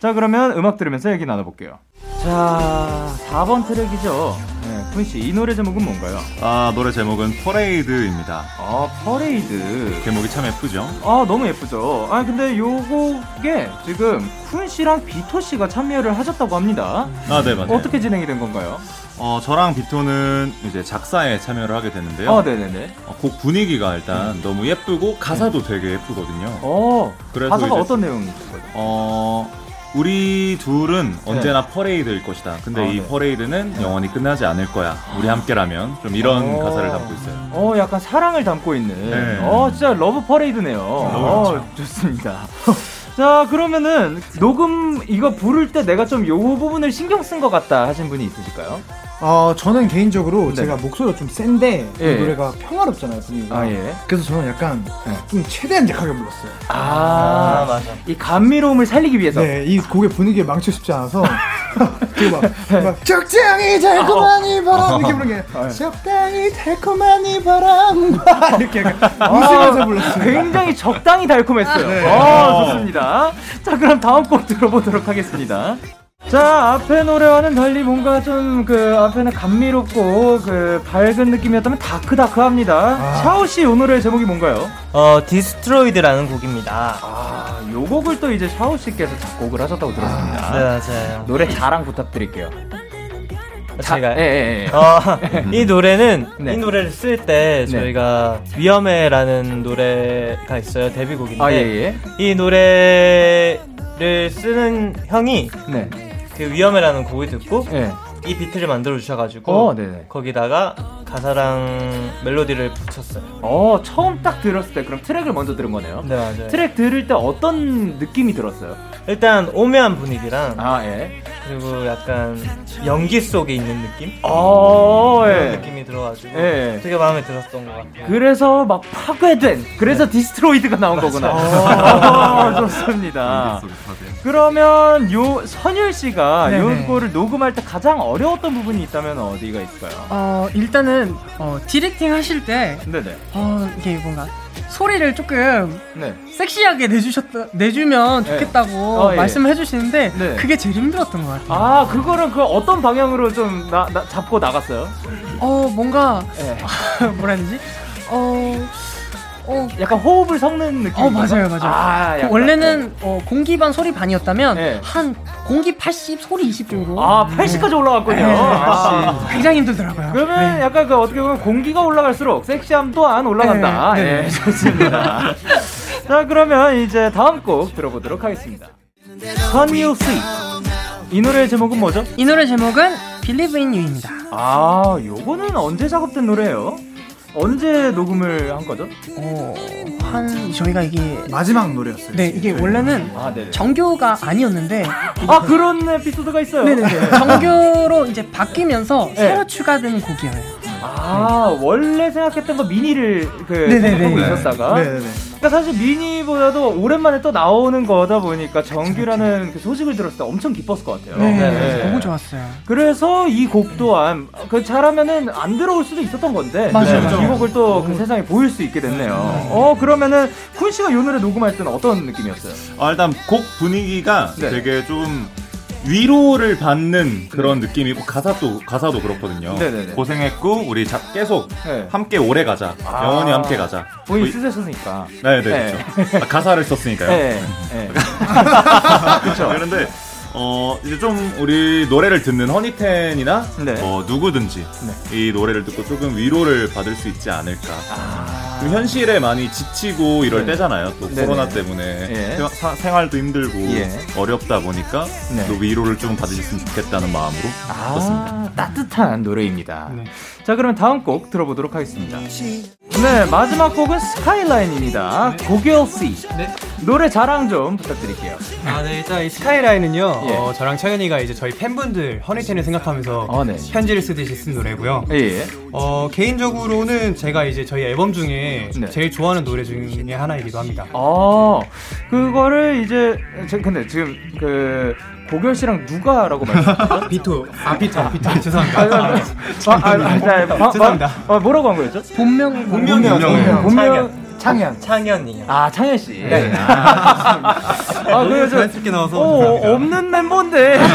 Speaker 2: 자 그러면 음악 들으면서 얘기 나눠볼게요. 자 4번 트랙이죠. 네, 쿤씨 이 노래 제목은 뭔가요?
Speaker 6: 아 노래 제목은 퍼레이드입니다.
Speaker 2: 아 퍼레이드.
Speaker 6: 제목이 참 예쁘죠?
Speaker 2: 아 너무 예쁘죠. 아 근데 요곡에 지금 쿤 씨랑 비토 씨가 참여를 하셨다고 합니다.
Speaker 6: 아, 네, 맞아요.
Speaker 2: 어떻게 진행이 된 건가요?
Speaker 6: 어, 저랑 비토는 이제 작사에 참여를 하게 됐는데요.
Speaker 2: 아 네네네.
Speaker 6: 어, 곡 분위기가 일단 너무 예쁘고 가사도 되게 예쁘거든요.
Speaker 2: 어.
Speaker 6: 그래서
Speaker 2: 가사가
Speaker 6: 이제-
Speaker 2: 어떤 내용인가요?
Speaker 6: 어 우리 둘은 언제나 퍼레이드일 것이다. 근데
Speaker 2: 네. 아,
Speaker 6: 이
Speaker 2: 네.
Speaker 6: 퍼레이드는 영원히 끝나지 않을 거야. 우리 함께라면 좀 이런
Speaker 2: 어.
Speaker 6: 가사를 담고 있어요.
Speaker 2: 어 약간 사랑을 담고 있는.
Speaker 6: 네.
Speaker 2: 어 진짜 러브 퍼레이드네요. 어, 좋습니다. 자 그러면은 녹음 이거 부를 때 내가 좀 요 부분을 신경 쓴 것 같다 하신 분이 있으실까요?
Speaker 18: 어, 저는 개인적으로
Speaker 2: 네.
Speaker 18: 제가 목소리가 좀 센데
Speaker 2: 예.
Speaker 18: 이 노래가 평화롭잖아요 분위기가
Speaker 2: 아, 예.
Speaker 18: 그래서 저는 약간
Speaker 10: 예,
Speaker 18: 좀 최대한 약하게 불렀어요
Speaker 2: 아, 맞아. 이 감미로움을 살리기 위해서.
Speaker 18: 네이 곡의 분위기를 망치고 싶지 않아서
Speaker 2: 네.
Speaker 10: 적당히
Speaker 2: 아, 어.
Speaker 10: 달콤한 이 바람 이렇게 부르게 적당히 달콤한 이 바람과 이렇게
Speaker 2: 아, 굉장히 적당히 달콤했어요.
Speaker 10: 네.
Speaker 2: 어, 좋습니다. 자, 그럼 다음 곡 들어보도록 하겠습니다. 자, 앞에 노래와는 달리 뭔가 좀 그 앞에는 감미롭고 그 밝은 느낌이었다면 다크다크합니다.
Speaker 10: 아,
Speaker 2: 샤오 씨, 이 노래의 제목이 뭔가요?
Speaker 11: 어 디스트로이드라는 곡입니다.
Speaker 2: 아, 요 곡을 또 이제 샤오 씨께서 작곡을 하셨다고 들었습니다.
Speaker 11: 네, 맞아요.
Speaker 2: 노래 자랑 부탁드릴게요.
Speaker 11: 제가
Speaker 2: 예, 예, 예.
Speaker 11: 어, 이 노래는
Speaker 2: 네.
Speaker 11: 이 노래를 쓸 때
Speaker 2: 네.
Speaker 11: 저희가 위험해라는 노래가 있어요 데뷔곡인데
Speaker 2: 아, 예,
Speaker 11: 이 노래를 쓰는 형이
Speaker 2: 네.
Speaker 11: 그 위험해라는 곡을 듣고 이 비트를 만들어 주셔가지고
Speaker 2: 어, 네네.
Speaker 11: 거기다가 가사랑 멜로디를 붙였어요.
Speaker 2: 어 처음 딱 들었을 때 그럼 트랙을 먼저 들은 거네요.
Speaker 11: 네 맞아요.
Speaker 2: 트랙 들을 때 어떤 느낌이 들었어요?
Speaker 11: 일단 오묘한 분위기랑
Speaker 2: 아 예.
Speaker 11: 그리고 약간 연기 속에 있는 느낌?
Speaker 2: 어,
Speaker 11: 그런
Speaker 2: 예.
Speaker 11: 느낌이 들어가지고
Speaker 2: 예.
Speaker 11: 되게 마음에 들었던 것 같아요.
Speaker 2: 그래서 막 파괴된 그래서 디스트로이드가 나온 거구나. 어, 좋습니다. 그러면 요 선율 씨가
Speaker 7: 네네.
Speaker 2: 요거를 녹음할 때 가장 어려웠던 부분이 있다면 어디가 있을까요?
Speaker 7: 어, 일단은 어, 디렉팅 하실 때
Speaker 2: 네네.
Speaker 7: 어, 이게 뭔가 소리를 조금
Speaker 2: 네.
Speaker 7: 섹시하게 내주셨다 내주면
Speaker 2: 네.
Speaker 7: 좋겠다고
Speaker 2: 어, 예.
Speaker 7: 말씀해 주시는데
Speaker 2: 네.
Speaker 7: 그게 제일 힘들었던 것 같아요.
Speaker 2: 아 그거를 그 어떤 방향으로 좀 나, 나- 잡고 나갔어요?
Speaker 7: 어 뭔가
Speaker 2: 예.
Speaker 7: 뭐라 해야 되지? 어, 어
Speaker 2: 약간 호흡을 섞는 느낌.
Speaker 7: 어 맞아요 맞아요.
Speaker 2: 아, 약간,
Speaker 7: 그
Speaker 2: 네.
Speaker 7: 원래는 어, 공기 반 소리 반이었다면 한 공기 80 소리 20 정도.
Speaker 2: 아 80까지 올라갔군요.
Speaker 7: 네,
Speaker 2: 아.
Speaker 7: 굉장히 힘들더라고요. 네.
Speaker 2: 그러면 약간 그 어떻게 보면 공기가 올라갈수록 섹시함 또한 올라간다.
Speaker 7: 네, 네.
Speaker 2: 예, 좋습니다. 자, 그러면 이제 다음 곡 들어보도록 하겠습니다. 선유 스윗. 이 노래의 제목은 뭐죠?
Speaker 7: 이 노래 제목은 Believe in You입니다.
Speaker 2: 아, 요거는 언제 작업된 노래예요? 언제 녹음을 한 거죠?
Speaker 7: 어, 한 저희가 이게
Speaker 10: 마지막 노래였어요.
Speaker 7: 네 이게 원래는
Speaker 2: 아, 네네.
Speaker 7: 정규가 아니었는데
Speaker 2: 아, 그런 에피소드가 있어요.
Speaker 7: 네네네 정규로 이제 바뀌면서
Speaker 2: 네.
Speaker 7: 새로 추가된 곡이에요.
Speaker 2: 아, 원래 생각했던 거 미니를 그
Speaker 7: 네네네.
Speaker 2: 생각하고
Speaker 7: 네.
Speaker 2: 있었다가
Speaker 10: 네네네.
Speaker 2: 그러니까 사실 미니보다도 오랜만에 또 나오는 거다 보니까 정규라는 그 소식을 들었을 때 엄청 기뻤을 것 같아요.
Speaker 7: 네,
Speaker 2: 네.
Speaker 7: 너무 좋았어요.
Speaker 2: 그래서 이 곡 또한 그 잘하면은 안 들어올 수도 있었던 건데
Speaker 7: 맞아요,
Speaker 2: 네.
Speaker 7: 맞아요.
Speaker 2: 이 곡을 또 그 세상에 보일 수 있게 됐네요. 어 그러면은 쿤 씨가 요 노래 녹음할 때는 어떤 느낌이었어요?
Speaker 6: 아, 일단 곡 분위기가
Speaker 2: 네.
Speaker 6: 되게 좀 위로를 받는 그런 느낌이고 뭐 가사도 가사도 그렇거든요.
Speaker 2: 네네네.
Speaker 6: 고생했고 우리 자, 계속
Speaker 2: 네.
Speaker 6: 함께 오래 가자.
Speaker 2: 아.
Speaker 6: 영원히 함께 가자.
Speaker 2: 본인
Speaker 6: 뭐 이-
Speaker 2: 쓰셨으니까.
Speaker 6: 네, 네, 그렇죠. 아, 가사를 썼으니까요.
Speaker 2: 네, 네. 그렇죠.
Speaker 6: 그런데 어 이제 좀 우리 노래를 듣는 허니텐이나
Speaker 2: 네.
Speaker 6: 어, 누구든지 이 노래를 듣고 조금 위로를 받을 수 있지 않을까. 좀 현실에 많이 지치고 이럴
Speaker 2: 아. 네.
Speaker 6: 때잖아요. 또
Speaker 2: 네네.
Speaker 6: 코로나 때문에
Speaker 2: 예.
Speaker 6: 생- 사- 생활도 힘들고
Speaker 2: 예.
Speaker 6: 어렵다 보니까
Speaker 2: 네.
Speaker 6: 또 위로를 좀 받으셨으면 좋겠다는 마음으로 썼습니다.
Speaker 2: 아, 따뜻한 노래입니다. 자, 그럼 다음 곡 들어보도록 하겠습니다. 네, 마지막 곡은 스카이라인입니다. 고교 씨. 노래 자랑 좀 부탁드릴게요.
Speaker 19: 아, 네, 일단 이 스카이라인은요,
Speaker 2: 예.
Speaker 19: 어, 저랑 창현이가 이제 저희 팬분들, 허니텐을 생각하면서 편지를 쓰듯이 쓴 노래고요.
Speaker 2: 아, 네. 예.
Speaker 19: 어, 개인적으로는 제가 이제 저희 앨범 중에
Speaker 2: 네.
Speaker 19: 제일 좋아하는 노래 중에 하나이기도 합니다.
Speaker 2: 어, 그거를 이제 저- 근데 지금 그 고결 씨랑 누가라고 말씀하셨죠?
Speaker 19: 비토. 아, 비토. 비토.
Speaker 2: 아, 아, 아, 아, 아, 아, 아,
Speaker 11: 죄송합니다.
Speaker 2: 아, 뭐라고 한 거였죠?
Speaker 7: 본명
Speaker 2: 본명이요. 본명.
Speaker 11: 본명
Speaker 10: 창현
Speaker 11: 창현이요.
Speaker 2: 아 창현 씨.
Speaker 11: 네.
Speaker 2: 아, 그래서
Speaker 19: 자연스럽게 나와서
Speaker 2: 어, 없는 멤버인데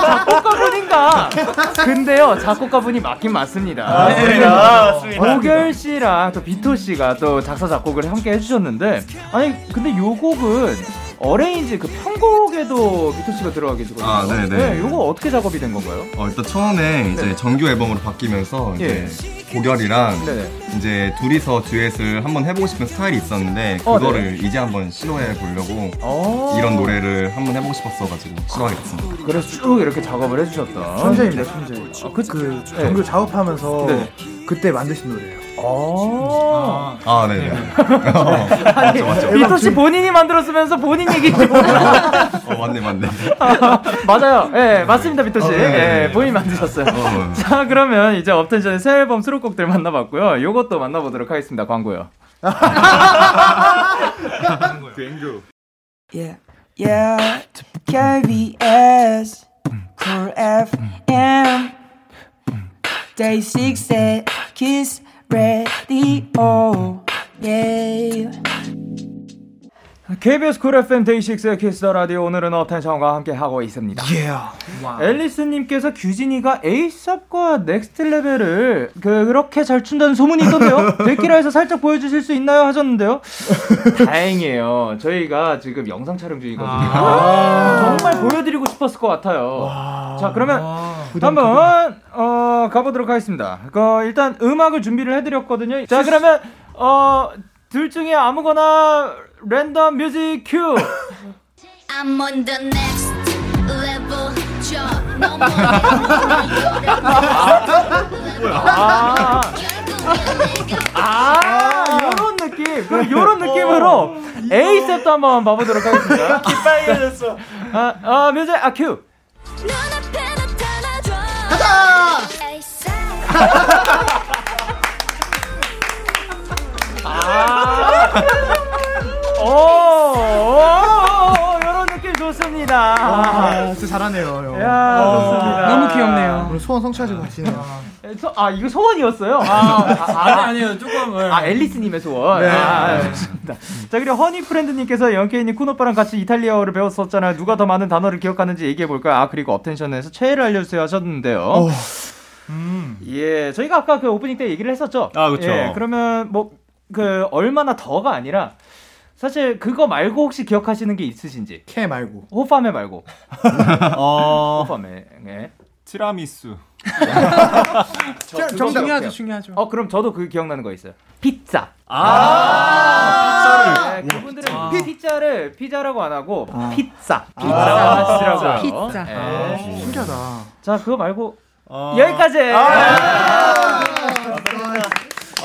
Speaker 2: 작곡가분인가? 근데요 작곡가분이 맞긴 맞습니다.
Speaker 11: 맞습니다.
Speaker 2: 아,
Speaker 11: 맞습니다.
Speaker 2: 오결 씨랑 또 비토 씨가 또 작사 작곡을 함께 해주셨는데 아니 근데 요 곡은 어레인지 그 편곡에도 비토 씨가 들어가 계시거든요.
Speaker 20: 아, 네네.
Speaker 2: 네, 요거 어떻게 작업이 된 건가요?
Speaker 20: 어, 일단 처음에 이제
Speaker 2: 네. 예.
Speaker 20: 정규 앨범으로 바뀌면서 이제 고결이랑
Speaker 2: 네네.
Speaker 20: 이제 둘이서 듀엣을 한번 해보고 싶은 스타일이 있었는데
Speaker 2: 어,
Speaker 20: 그거를 이제 한번 시도해 보려고
Speaker 2: 어.
Speaker 20: 이런 노래를 한번 해보고 싶었어가지고 시도하게 됐습니다.
Speaker 2: 그래서 쭉 이렇게 작업을 해주셨다.
Speaker 10: 어, 천재입니다, 천재. 그,
Speaker 2: 네.
Speaker 10: 정규 작업하면서
Speaker 2: 네.
Speaker 10: 그때 만드신 노래예요.
Speaker 2: 어.
Speaker 20: 아, 네네. 어,
Speaker 2: 아니, 비토
Speaker 20: 그
Speaker 2: 씨 본인이 만들었으면서 본인 얘기지.
Speaker 20: 어, 맞네, 맞네.
Speaker 2: 맞아요. 예, 맞습니다, 비토 씨.
Speaker 20: 어, 네,
Speaker 2: 예,
Speaker 20: 네,
Speaker 2: 본인 만드셨어요.
Speaker 20: 어.
Speaker 2: 자, 그러면 이제 업텐션의 새 앨범 수록곡들 만나봤고요. 요것도 만나보도록 하겠습니다. 광고요.
Speaker 6: 땡큐.
Speaker 4: Yeah, yeah. KBS, Cool FM, Day 6의 Kiss Radio. Yeah.
Speaker 2: KBS 쿨 FM 데이식스의 키스 더 라디오 오늘은 업텐션과 함께 하고 있습니다.
Speaker 20: 아.
Speaker 2: 앨리스님께서 규진이가 에이섭과 넥스트 레벨을 그- 그렇게 잘 춘다는 소문이 있던데요. 데키라에서 살짝 보여주실 수 있나요? 하셨는데요. 다행이에요. 저희가 지금 영상 촬영 중이거든요.
Speaker 20: 아.
Speaker 2: 정말 보여드리고 싶었을 것 같아요. 자 그러면
Speaker 7: 아,
Speaker 2: 한번 어, 가보도록 하겠습니다. 그, 일단 음악을 준비를 해드렸거든요. 자 그러면 어, 둘 중에 아무거나 랜덤 뮤직 큐.
Speaker 21: I'm on the next level. 저 너무
Speaker 2: 아, 아, 요런 느낌. 그럼 요런 느낌으로 어, 에이셉도 한번 봐보도록 하겠습니다. 기빨개졌어. 아, 아, 뮤직, 아, 큐.
Speaker 22: 가자!
Speaker 2: 오, 오, 요런 느낌 좋습니다.
Speaker 10: 아, 진짜 잘하네요. 형.
Speaker 2: 야, 좋습니다.
Speaker 10: 너무 귀엽네요. 오늘 소원 성취하실 것 같아요.
Speaker 2: 소, 아, 이거 소원이었어요? 아, 아,
Speaker 7: 아니, 아니에요. 조금. 예.
Speaker 2: 아, 앨리스님의 소원.
Speaker 7: 네.
Speaker 2: 아, 아, 좋습니다. 자, 그리고 허니프렌드님께서 영케이님 쿤오빠랑 같이 이탈리아어를 배웠었잖아요. 누가 더 많은 단어를 기억하는지 얘기해볼까요? 아, 그리고 업텐션에서 최애를 알려주세요 하셨는데요. 예, 저희가 아까 그 오프닝 때 얘기를 했었죠.
Speaker 6: 아, 그쵸.
Speaker 2: 예, 그러면 뭐 그 얼마나 더가 아니라 사실 그거 말고 혹시 기억하시는 게 있으신지?
Speaker 10: 캐 말고.
Speaker 2: 호파메 말고.
Speaker 6: 어,
Speaker 2: 호파메. 예.
Speaker 6: 티라미수.
Speaker 2: 저 그거 기억해요.
Speaker 10: 중요하죠.
Speaker 2: 어, 그럼 저도 그 기억나는 거 있어요. 피자.
Speaker 6: 아,
Speaker 2: 네, 그분들은 피자를 피자라고 안 하고 피자.
Speaker 6: 아.
Speaker 2: 피자라고 하시더라고요.
Speaker 6: 피자.
Speaker 2: 예.
Speaker 6: 아,
Speaker 10: 신기하다.
Speaker 2: 자, 그거 말고 어. 여기까지. 아,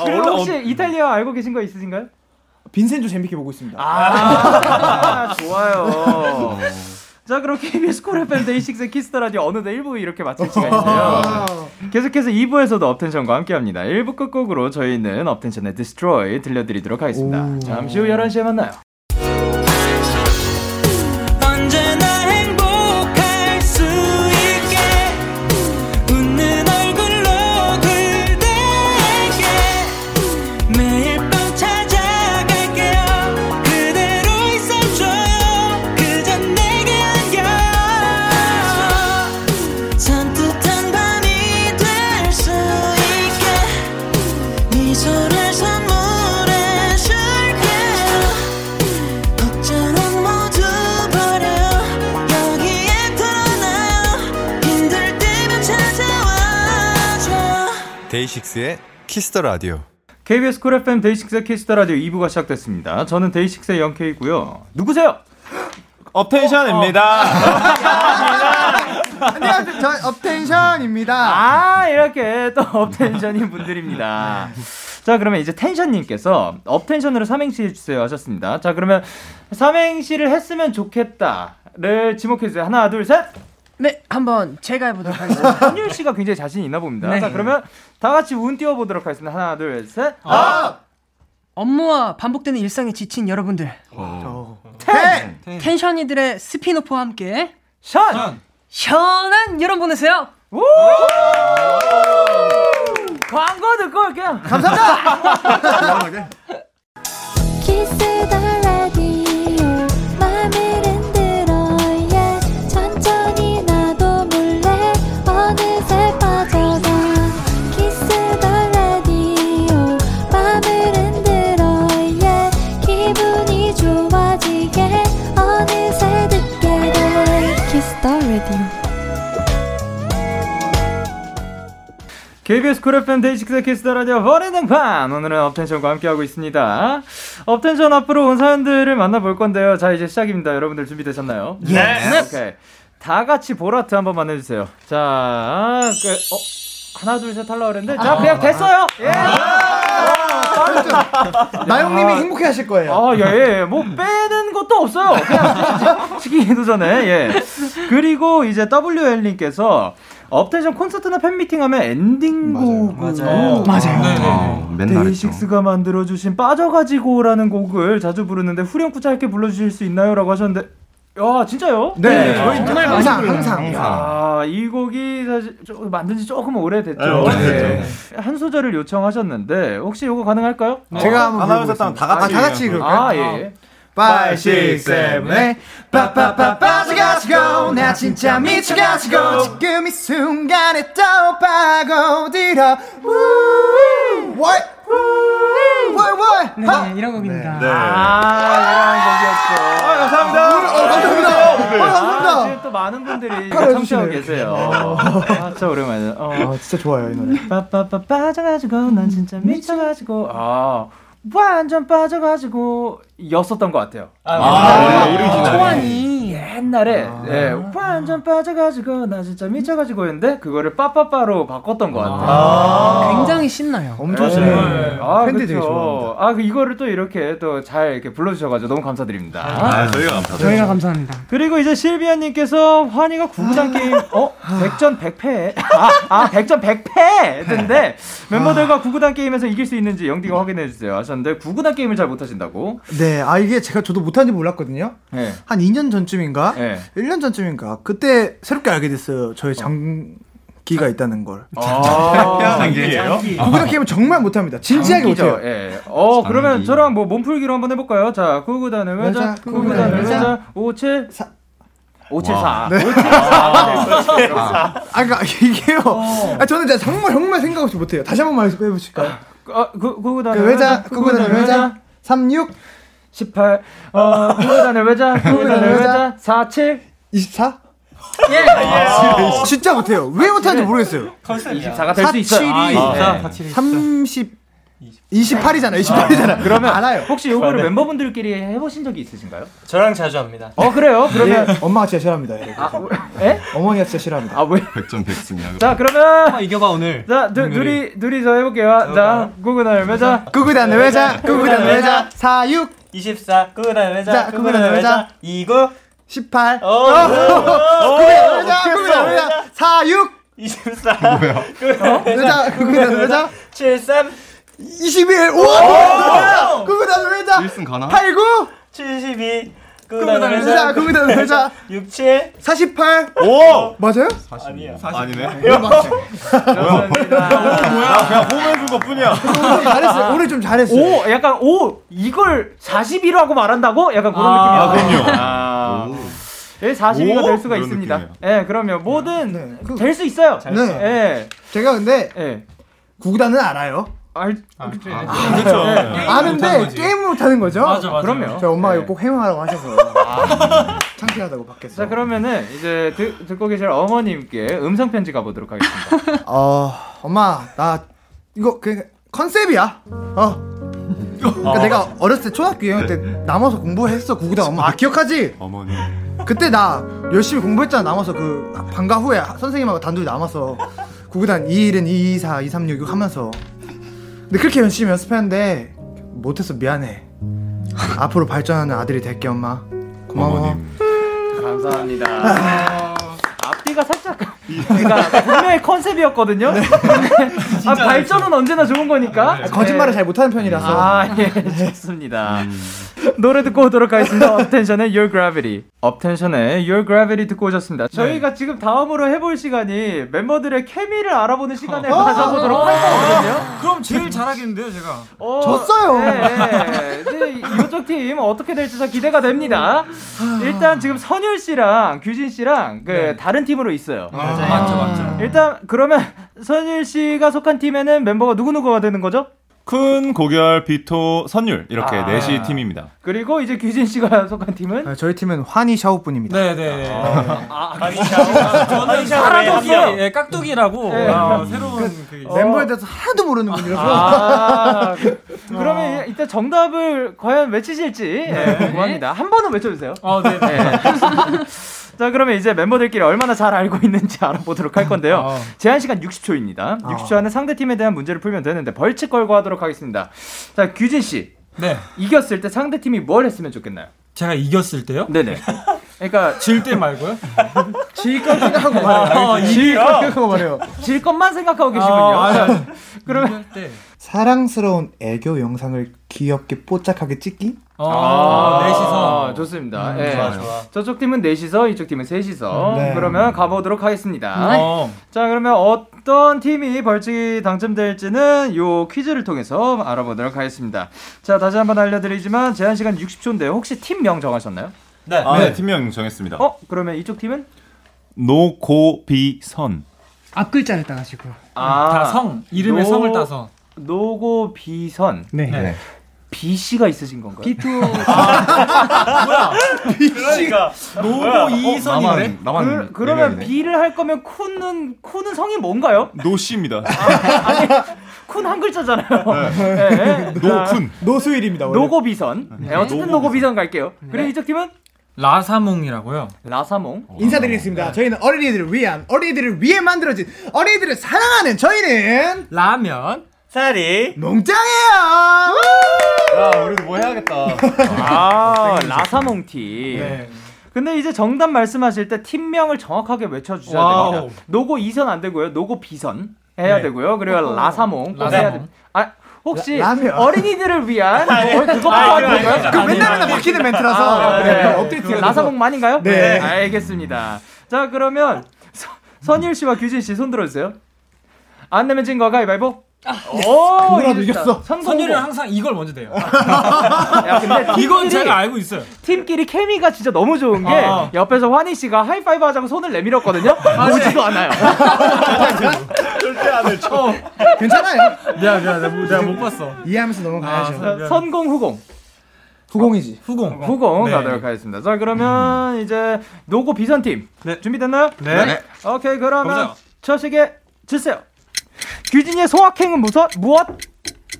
Speaker 2: 그리고
Speaker 10: 원래
Speaker 2: 혹시 이탈리아 알고 계신 거 있으신가요?
Speaker 10: 빈센조 재밌게 보고 있습니다.
Speaker 2: 아, 좋아요. 자, 그럼 KBS 콜 FM 데이식스 키스터 라디오 어느덧 1부 이렇게 마칠 시간인데요. 계속해서 2부에서도 업텐션과 함께 합니다. 1부 끝곡으로 저희는 업텐션의 Destroy 들려드리도록 하겠습니다. 잠시 후 11시에 만나요.
Speaker 3: 언제나 행복할 수 있게 웃는 얼굴로 그대에게 매일 밤 찾아갈게요 그대로 있어줘요 그저 내게 안겨 산뜻한 밤이 될 수네 있게 미소를 선물해 줄게요 걱정은 모두 버려 여기에 풀어놔요 힘들 때면 찾아와줘
Speaker 23: 데이식스의 키스터 라디오.
Speaker 2: KBS 쿨 FM 데이식스 키스터 라디오 2부가 시작됐습니다. 저는 데이식스의 영케이고요. 누구세요?
Speaker 6: 업텐션입니다.
Speaker 10: 안녕하세요. 저 업텐션입니다.
Speaker 2: 아 이렇게 또 업텐션인 분들입니다. 자 그러면 이제 텐션님께서 업텐션으로 삼행시 해주세요 하셨습니다. 자 그러면 삼행시를 했으면 좋겠다를 지목해주세요. 하나 둘 셋.
Speaker 4: 네, 한번 제가 해보도록 하겠습니다.
Speaker 2: 한율 씨가 굉장히 자신 있나 봅니다.
Speaker 4: 네.
Speaker 2: 자 그러면 다 같이 운 띄워 보도록 하겠습니다. 하나 둘 셋.
Speaker 4: 업무와 반복되는 일상에 지친 여러분들
Speaker 2: 텐!
Speaker 4: 네. 텐션이들의 스피노프와 함께
Speaker 2: 션!
Speaker 4: 시원한 여름 보내세요
Speaker 2: 광고 듣고 올게요.
Speaker 10: 감사합니다.
Speaker 11: 키스 더 라디오 맘을 흔들어 yeah. 천천히 나도 몰래 어느새 빠져가 키스 더 라디오 맘을 흔들어 yeah. 기분이 좋아지게 어느새 듣게 돼 키스 더 라디오
Speaker 2: KBS 쿨 FM 데이식스 키스터 라디오 버리는판 오늘은 업텐션과 함께하고 있습니다. 업텐션 앞으로 온 사연들을 만나볼 건데요. 자 이제 시작입니다. 여러분들 준비되셨나요?
Speaker 3: 예. 네.
Speaker 2: 오케이. 다 같이 보라트 한번 만나주세요. 자, 그, 어, 하나 둘 셋 할라 그랬는데
Speaker 10: 아.
Speaker 2: 자 그냥 됐어요. 예.
Speaker 10: 나영님이
Speaker 2: 아.
Speaker 10: 행복해하실 거예요.
Speaker 2: 아, 예, 예. 뭐, 빼는 것도 없어요. 그냥 시키기도 전에, 예. 그리고 이제 WL님께서 업텐션 콘서트나 팬미팅 하면 엔딩곡. 맞아요. 맞아요.
Speaker 20: 어,
Speaker 24: 맨날 했죠.
Speaker 2: 데이식스가 만들어주신 빠져가지고라는 곡을 자주 부르는데 후렴구 짧게 불러주실 수 있나요? 라고 하셨는데. 야, 진짜요?
Speaker 10: 네, 저희 정말 항상, 많이 불러요. 항상, 항상.
Speaker 2: 야, 아, 이 곡이 사실 좀 만든 지 조금 오래됐죠.
Speaker 6: 네, 오래됐죠.
Speaker 2: 한 소절을 요청하셨는데, 혹시 이거 가능할까요?
Speaker 10: 제가 한번
Speaker 6: 아나운서 따면 다 같이.
Speaker 10: 아, 다 같이
Speaker 2: 해요.
Speaker 10: 그럴까요?
Speaker 2: 아, 예.
Speaker 10: Five, six, seven, eight. 빠빠빠 빠져가지고 나 진짜 미쳐가지고 지금 이 순간에 또 빠고들어 우 What? What? What?
Speaker 4: 네,
Speaker 10: 하?
Speaker 4: 이런 곡입니다
Speaker 10: 네.
Speaker 2: 아,
Speaker 10: 감사합니다. 어, 감사합니다. 어, 감사합니다.
Speaker 2: 아, 지금 또 많은 분들이
Speaker 10: 깔아주시네요. 네.
Speaker 2: 청취하고 계세요. 아, 진짜 오랜만에. 어.
Speaker 10: 아 진짜 좋아요 이 노래.
Speaker 2: 빠빠빠 빠져가지고 난 진짜 미쳐가지고 아 완전 빠져가지고 였었던 것 같아요.
Speaker 10: 아, 아, 네. 이름이 진짜
Speaker 2: 초안이 예, 옛날에
Speaker 10: 아.
Speaker 2: 예, 완전 빠져가지고 나 진짜 미쳐가지고였는데 그거를 빠빠빠로 바꿨던 것 같아요.
Speaker 25: 굉장히 신나요.
Speaker 2: 네. 아,
Speaker 10: 팬들이 되게
Speaker 2: 그쵸.
Speaker 10: 좋아합니다.
Speaker 2: 아, 그 이거를 또 이렇게 또 잘 이렇게 불러주셔가지고 너무 감사드립니다.
Speaker 10: 아, 저희가 감사드려요.
Speaker 25: 저희가 감사합니다.
Speaker 2: 그리고 이제 실비아님께서 환희가 구구단 게임 어 백전 백패 아, 아 백전 백패 했는데 멤버들과 구구단 게임에서 이길 수 있는지 영디가 확인해 주세요 하셨는데 구구단 게임을 잘 못하신다고
Speaker 10: 네, 아 이게 제가 저도 못하는지 몰랐거든요.
Speaker 2: 예.
Speaker 10: 한 2년 전쯤인가,
Speaker 2: 네.
Speaker 10: 1년 전쯤인가 그때 새롭게 알게 됐어요. 저의 장기가 있다는 걸.
Speaker 2: 어. 아, 장기예요?
Speaker 10: 구구단 게임은 정말 못합니다. 진지하게
Speaker 2: 장기죠.
Speaker 10: 못해요.
Speaker 2: 예. 어 그러면 저랑 뭐 몸풀기로 한번 해볼까요? 자 구구단을 외자 구구단을 외자 574 574
Speaker 10: 네.
Speaker 2: 574
Speaker 10: 아, 그러니까 이게요.
Speaker 2: 어.
Speaker 10: 아, 저는 진짜 정말 정말 생각 없이 못해요. 다시 한 번 말해보실까요?
Speaker 2: 아, 그, 구구단을
Speaker 10: 그 외자, 구구단을 외자. 36
Speaker 2: 18 어, 구구단을 외자 구구단을 외자 47
Speaker 10: 24
Speaker 2: 예.
Speaker 10: 아, 진짜 못해요. 왜 못하는지 모르겠어요.
Speaker 2: 24가 될 수 있어요.
Speaker 10: 47이
Speaker 2: 아, 24,
Speaker 6: 네.
Speaker 2: 47이
Speaker 10: 30 28이잖아. 28이잖아.
Speaker 2: 그러면
Speaker 10: 알아요.
Speaker 2: 혹시 요거를
Speaker 10: 네.
Speaker 2: 멤버분들끼리 해보신 적이 있으신가요?
Speaker 26: 저랑 자주 합니다.
Speaker 2: 어 그래요? 그러면
Speaker 10: 예, 엄마가 진짜 싫어합니다. 아,
Speaker 2: 예?
Speaker 10: 어머니가 진짜 싫어합니다.
Speaker 2: 아 왜?
Speaker 27: 100점 100승이야.
Speaker 2: 자 그러면
Speaker 10: 아, 이겨봐 오늘.
Speaker 2: 자 누, 누리 누리 저 해볼게요. 자 구구단을 외자
Speaker 10: 구구단을 외자. 구구단을 외자. 46
Speaker 26: 24, 끄그다음
Speaker 10: 자,
Speaker 26: 회자,
Speaker 10: 끄그다음
Speaker 26: 끄그다음 회자, 29,
Speaker 10: 18.
Speaker 26: 오,
Speaker 10: 구구단을 외자. 구구단을
Speaker 26: 오,
Speaker 10: 외자. 46
Speaker 26: 24, 뭐야?
Speaker 10: 외자, 끄그다음 회자.
Speaker 26: 73,
Speaker 10: 21. 오! 구구단을 외자.
Speaker 27: 1승 가나?
Speaker 10: 89
Speaker 26: 72,
Speaker 10: 구구단을
Speaker 26: 끄그다음 회자,
Speaker 10: 회자, 끄그다음 회자.
Speaker 26: 67,
Speaker 10: 48.
Speaker 6: 오!
Speaker 10: 맞아요?
Speaker 26: 아니야.
Speaker 6: 아니네.
Speaker 10: 왜 맞지?
Speaker 6: 뭐야?
Speaker 10: 아,
Speaker 6: 그냥 호명준 것 뿐이야.
Speaker 10: 오늘 좀 잘했어요. 오늘 좀 잘했어요.
Speaker 2: 오 약간 오 이걸 42라고 말한다고? 약간 그런
Speaker 10: 아,
Speaker 2: 느낌이에요.
Speaker 10: 그럼요.
Speaker 2: 예, 42가
Speaker 10: 오?
Speaker 2: 될 수가
Speaker 10: 그런
Speaker 2: 있습니다.
Speaker 10: 느낌이에요.
Speaker 2: 예, 그럼요. 뭐든 될 수 있어요.
Speaker 10: 네.
Speaker 2: 예.
Speaker 10: 제가 근데 구구단은 알아요.
Speaker 2: 알,
Speaker 10: 그렇죠. 아는데 게임을 못하는 거죠?
Speaker 2: 네, 맞아, 네. 맞아. 그럼요.
Speaker 10: 저 엄마가 이거 꼭 해명하라고 하셔서 창피하다고 밖에서.
Speaker 2: 자 그러면은 이제 듣, 듣고 계실 어머님께 음성 편지 가보도록 하겠습니다.
Speaker 10: 어, 엄마 나 이거 그 컨셉이야. 어. 그러니까
Speaker 2: 어.
Speaker 10: 내가 어렸을 때 초등학교 여행 때 남아서 공부했어 구구단 엄마 아 기억하지?
Speaker 6: 어머니.
Speaker 10: 그때 나 열심히 공부했잖아 남아서 그 방과 후에 선생님하고 단둘이 남아서 구구단 21은 224, 236 이거 하면서 근데 그렇게 열심히 연습했는데 못해서 미안해 앞으로 발전하는 아들이 될게 엄마 고마워
Speaker 2: 감사합니다. 앞뒤가 살짝 그러니까 분명히 컨셉이었거든요. 아, 발전은 언제나 좋은 거니까.
Speaker 10: 네.
Speaker 2: 네.
Speaker 10: 아, 거짓말을 잘 네. 못하는 편이라서
Speaker 2: 아, 예, 좋습니다. 노래 듣고 오도록 하겠습니다. 업텐션의 Your Gravity. 업텐션의 Your Gravity 듣고 오셨습니다. 저희가 지금 다음으로 해볼 시간이 멤버들의 케미를 알아보는 시간에
Speaker 7: 어.
Speaker 2: 가져보도록 할 거거든요.
Speaker 7: 그럼 제일 잘하겠는데요, 제가.
Speaker 2: 어,
Speaker 7: 졌어요.
Speaker 2: 네, 네. 이쪽 팀 어떻게 될지 참 기대가 됩니다. 일단 지금 선율 씨랑 규진 씨랑 그 다른 팀으로 있어요. 맞아요. 맞죠, 맞죠. 일단 그러면 선율 씨가 속한 팀에는 멤버가 누구 누구가 되는 거죠?
Speaker 6: 큰 고결, 비토, 선율 이렇게
Speaker 2: 아.
Speaker 6: 넷이 팀입니다.
Speaker 2: 그리고 이제 규진 씨가 속한 팀은
Speaker 10: 아, 저희 팀은 환희 샤오뿐입니다.
Speaker 2: 아,
Speaker 7: 네네. 아, 저는 아,
Speaker 10: 샤워 왜
Speaker 7: 깍두기,
Speaker 10: 하냐?
Speaker 7: 예, 깍두기라고
Speaker 10: 네.
Speaker 7: 아, 새로운 그
Speaker 10: 멤버에 대해서 하나도 모르는 분이라서
Speaker 2: 어. 아, 그, 그러면 이- 이때 정답을 과연 외치실지 예, 궁금합니다. 한 번은 외쳐주세요.
Speaker 7: 네,
Speaker 2: 자, 그러면 이제 멤버들끼리 얼마나 잘 알고 있는지 알아보도록 할 건데요. 제한 시간 60초입니다. 60초
Speaker 10: 아.
Speaker 2: 안에 상대 팀에 대한 문제를 풀면 되는데 벌칙 걸고 하도록 하겠습니다. 자, 규진 씨.
Speaker 7: 네.
Speaker 2: 이겼을 때 상대 팀이 뭘 했으면 좋겠나요?
Speaker 7: 제가 이겼을 때요?
Speaker 2: 네네. 그러니까
Speaker 7: 질 때 말고요?
Speaker 10: 질 거 생각하고
Speaker 7: 말해요. 알겠어요.
Speaker 2: 질
Speaker 7: 이겨.
Speaker 2: 거
Speaker 10: 생각하고 말해요.
Speaker 2: 질 것만 생각하고 계시군요.
Speaker 10: 아, 아니, 아니.
Speaker 2: 그러면
Speaker 10: 사랑스러운 애교 영상을 귀엽게 뽀짝하게 찍기?
Speaker 2: 아,
Speaker 10: 넷이서.
Speaker 2: 좋습니다.
Speaker 10: 음,
Speaker 2: 예.
Speaker 10: 좋아, 좋아.
Speaker 2: 저쪽 팀은 넷이서, 이쪽 팀은 셋이서.
Speaker 10: 네.
Speaker 2: 그러면 가보도록 하겠습니다.
Speaker 10: 네.
Speaker 2: 어. 자, 그러면 어떤 팀이 벌칙이 당첨될지는 요 퀴즈를 통해서 알아보도록 하겠습니다. 자, 다시 한번 알려드리지만 제한 시간 60초인데 혹시 팀명 정하셨나요?
Speaker 26: 네.
Speaker 6: 아, 네. 팀명 정했습니다.
Speaker 2: 어, 그러면 이쪽 팀은?
Speaker 6: 노고비선.
Speaker 25: 앞 글자를 따가지고.
Speaker 2: 아.
Speaker 7: 다 성, 이름에 성을 따서.
Speaker 2: 노고 비선.
Speaker 10: 네.
Speaker 27: 네.
Speaker 2: B 씨가 있으신 건가요?
Speaker 25: 비투
Speaker 2: 그러니까
Speaker 7: 노고
Speaker 2: 어,
Speaker 7: 이선이네.
Speaker 2: 그, 그러면 B를 할 거면 쿤은 쿤은 성이 뭔가요?
Speaker 6: 노씨입니다.
Speaker 2: 쿤 한 글자잖아요. 네. 자,
Speaker 10: 노수일입니다. 원래.
Speaker 2: 노고 비선. 네, 어쨌든 노고 비선 갈게요. 그리고 이쪽 팀은
Speaker 7: 라사몽이라고요.
Speaker 11: 라사몽?
Speaker 10: 어. 인사드리겠습니다. 저희는 어린이들을 위한 어린이들을 위해 만들어진 어린이들을 사랑하는 저희는
Speaker 7: 라면
Speaker 28: 사리
Speaker 10: 몽짱이에요.
Speaker 6: 야, 우리도 뭐 해야겠다.
Speaker 11: 아,
Speaker 6: 땡기네,
Speaker 11: 라사몽티.
Speaker 6: 네.
Speaker 11: 근데 이제 정답 말씀하실 때 팀명을 정확하게 외쳐주셔야
Speaker 6: 와우.
Speaker 11: 됩니다. 노고 2선 안 되고요. 노고 B선 해야
Speaker 6: 네.
Speaker 11: 되고요. 그리고
Speaker 6: 어허.
Speaker 11: 라사몽. 꼭 해야
Speaker 6: 라사몽.
Speaker 11: 됩니다. 아, 혹시
Speaker 10: 라- 라면.
Speaker 11: 어린이들을 위한
Speaker 10: 아니,
Speaker 11: 뭐 그것부터
Speaker 10: 아니,
Speaker 11: 하는
Speaker 10: 아니,
Speaker 11: 건가요?
Speaker 10: 아니, 그거 아니, 맨날 아니, 맨날 아니. 바뀌는 멘트라서 네, 그냥 업데이트가 돼서.
Speaker 11: 라사몽만인가요?
Speaker 10: 네.
Speaker 11: 네. 알겠습니다. 자, 그러면 서- 선일 씨와 규진 씨 손 들어주세요. 안 내면 진거 가위바위보. 오,
Speaker 7: 그거라도
Speaker 11: 이겼다.
Speaker 7: 이겼어.
Speaker 11: 선거
Speaker 7: 아, 네. 선율이
Speaker 11: 후보.
Speaker 7: 항상 이걸 먼저 돼요.
Speaker 11: 야, 근데
Speaker 7: 이건
Speaker 11: 팀끼리-
Speaker 7: 제가 알고 있어요.
Speaker 11: 팀끼리 케미가 진짜 너무 좋은 게
Speaker 7: 아.
Speaker 11: 옆에서 환희 씨가 하이파이브 하자고 손을 내밀었거든요. 오지도 않아요.
Speaker 6: 절대 안을 쳐.
Speaker 10: 어, 괜찮아요.
Speaker 7: 내가 내가 내가 못 봤어.
Speaker 10: 이해하면서
Speaker 11: 아,
Speaker 10: 넘어가야죠.
Speaker 11: 선- 선공 후공.
Speaker 10: 후공이지.
Speaker 7: 후공.
Speaker 11: 후공
Speaker 29: 네.
Speaker 11: 가도록 하겠습니다. 자
Speaker 29: 음.
Speaker 11: 그러면 이제 노고 비선 팀 준비됐나요?
Speaker 7: 네. 네.
Speaker 11: 오케이 그러면
Speaker 7: 가보자.
Speaker 11: 저식에 주세요. 규진이의 소확행은 무엇? 무엇?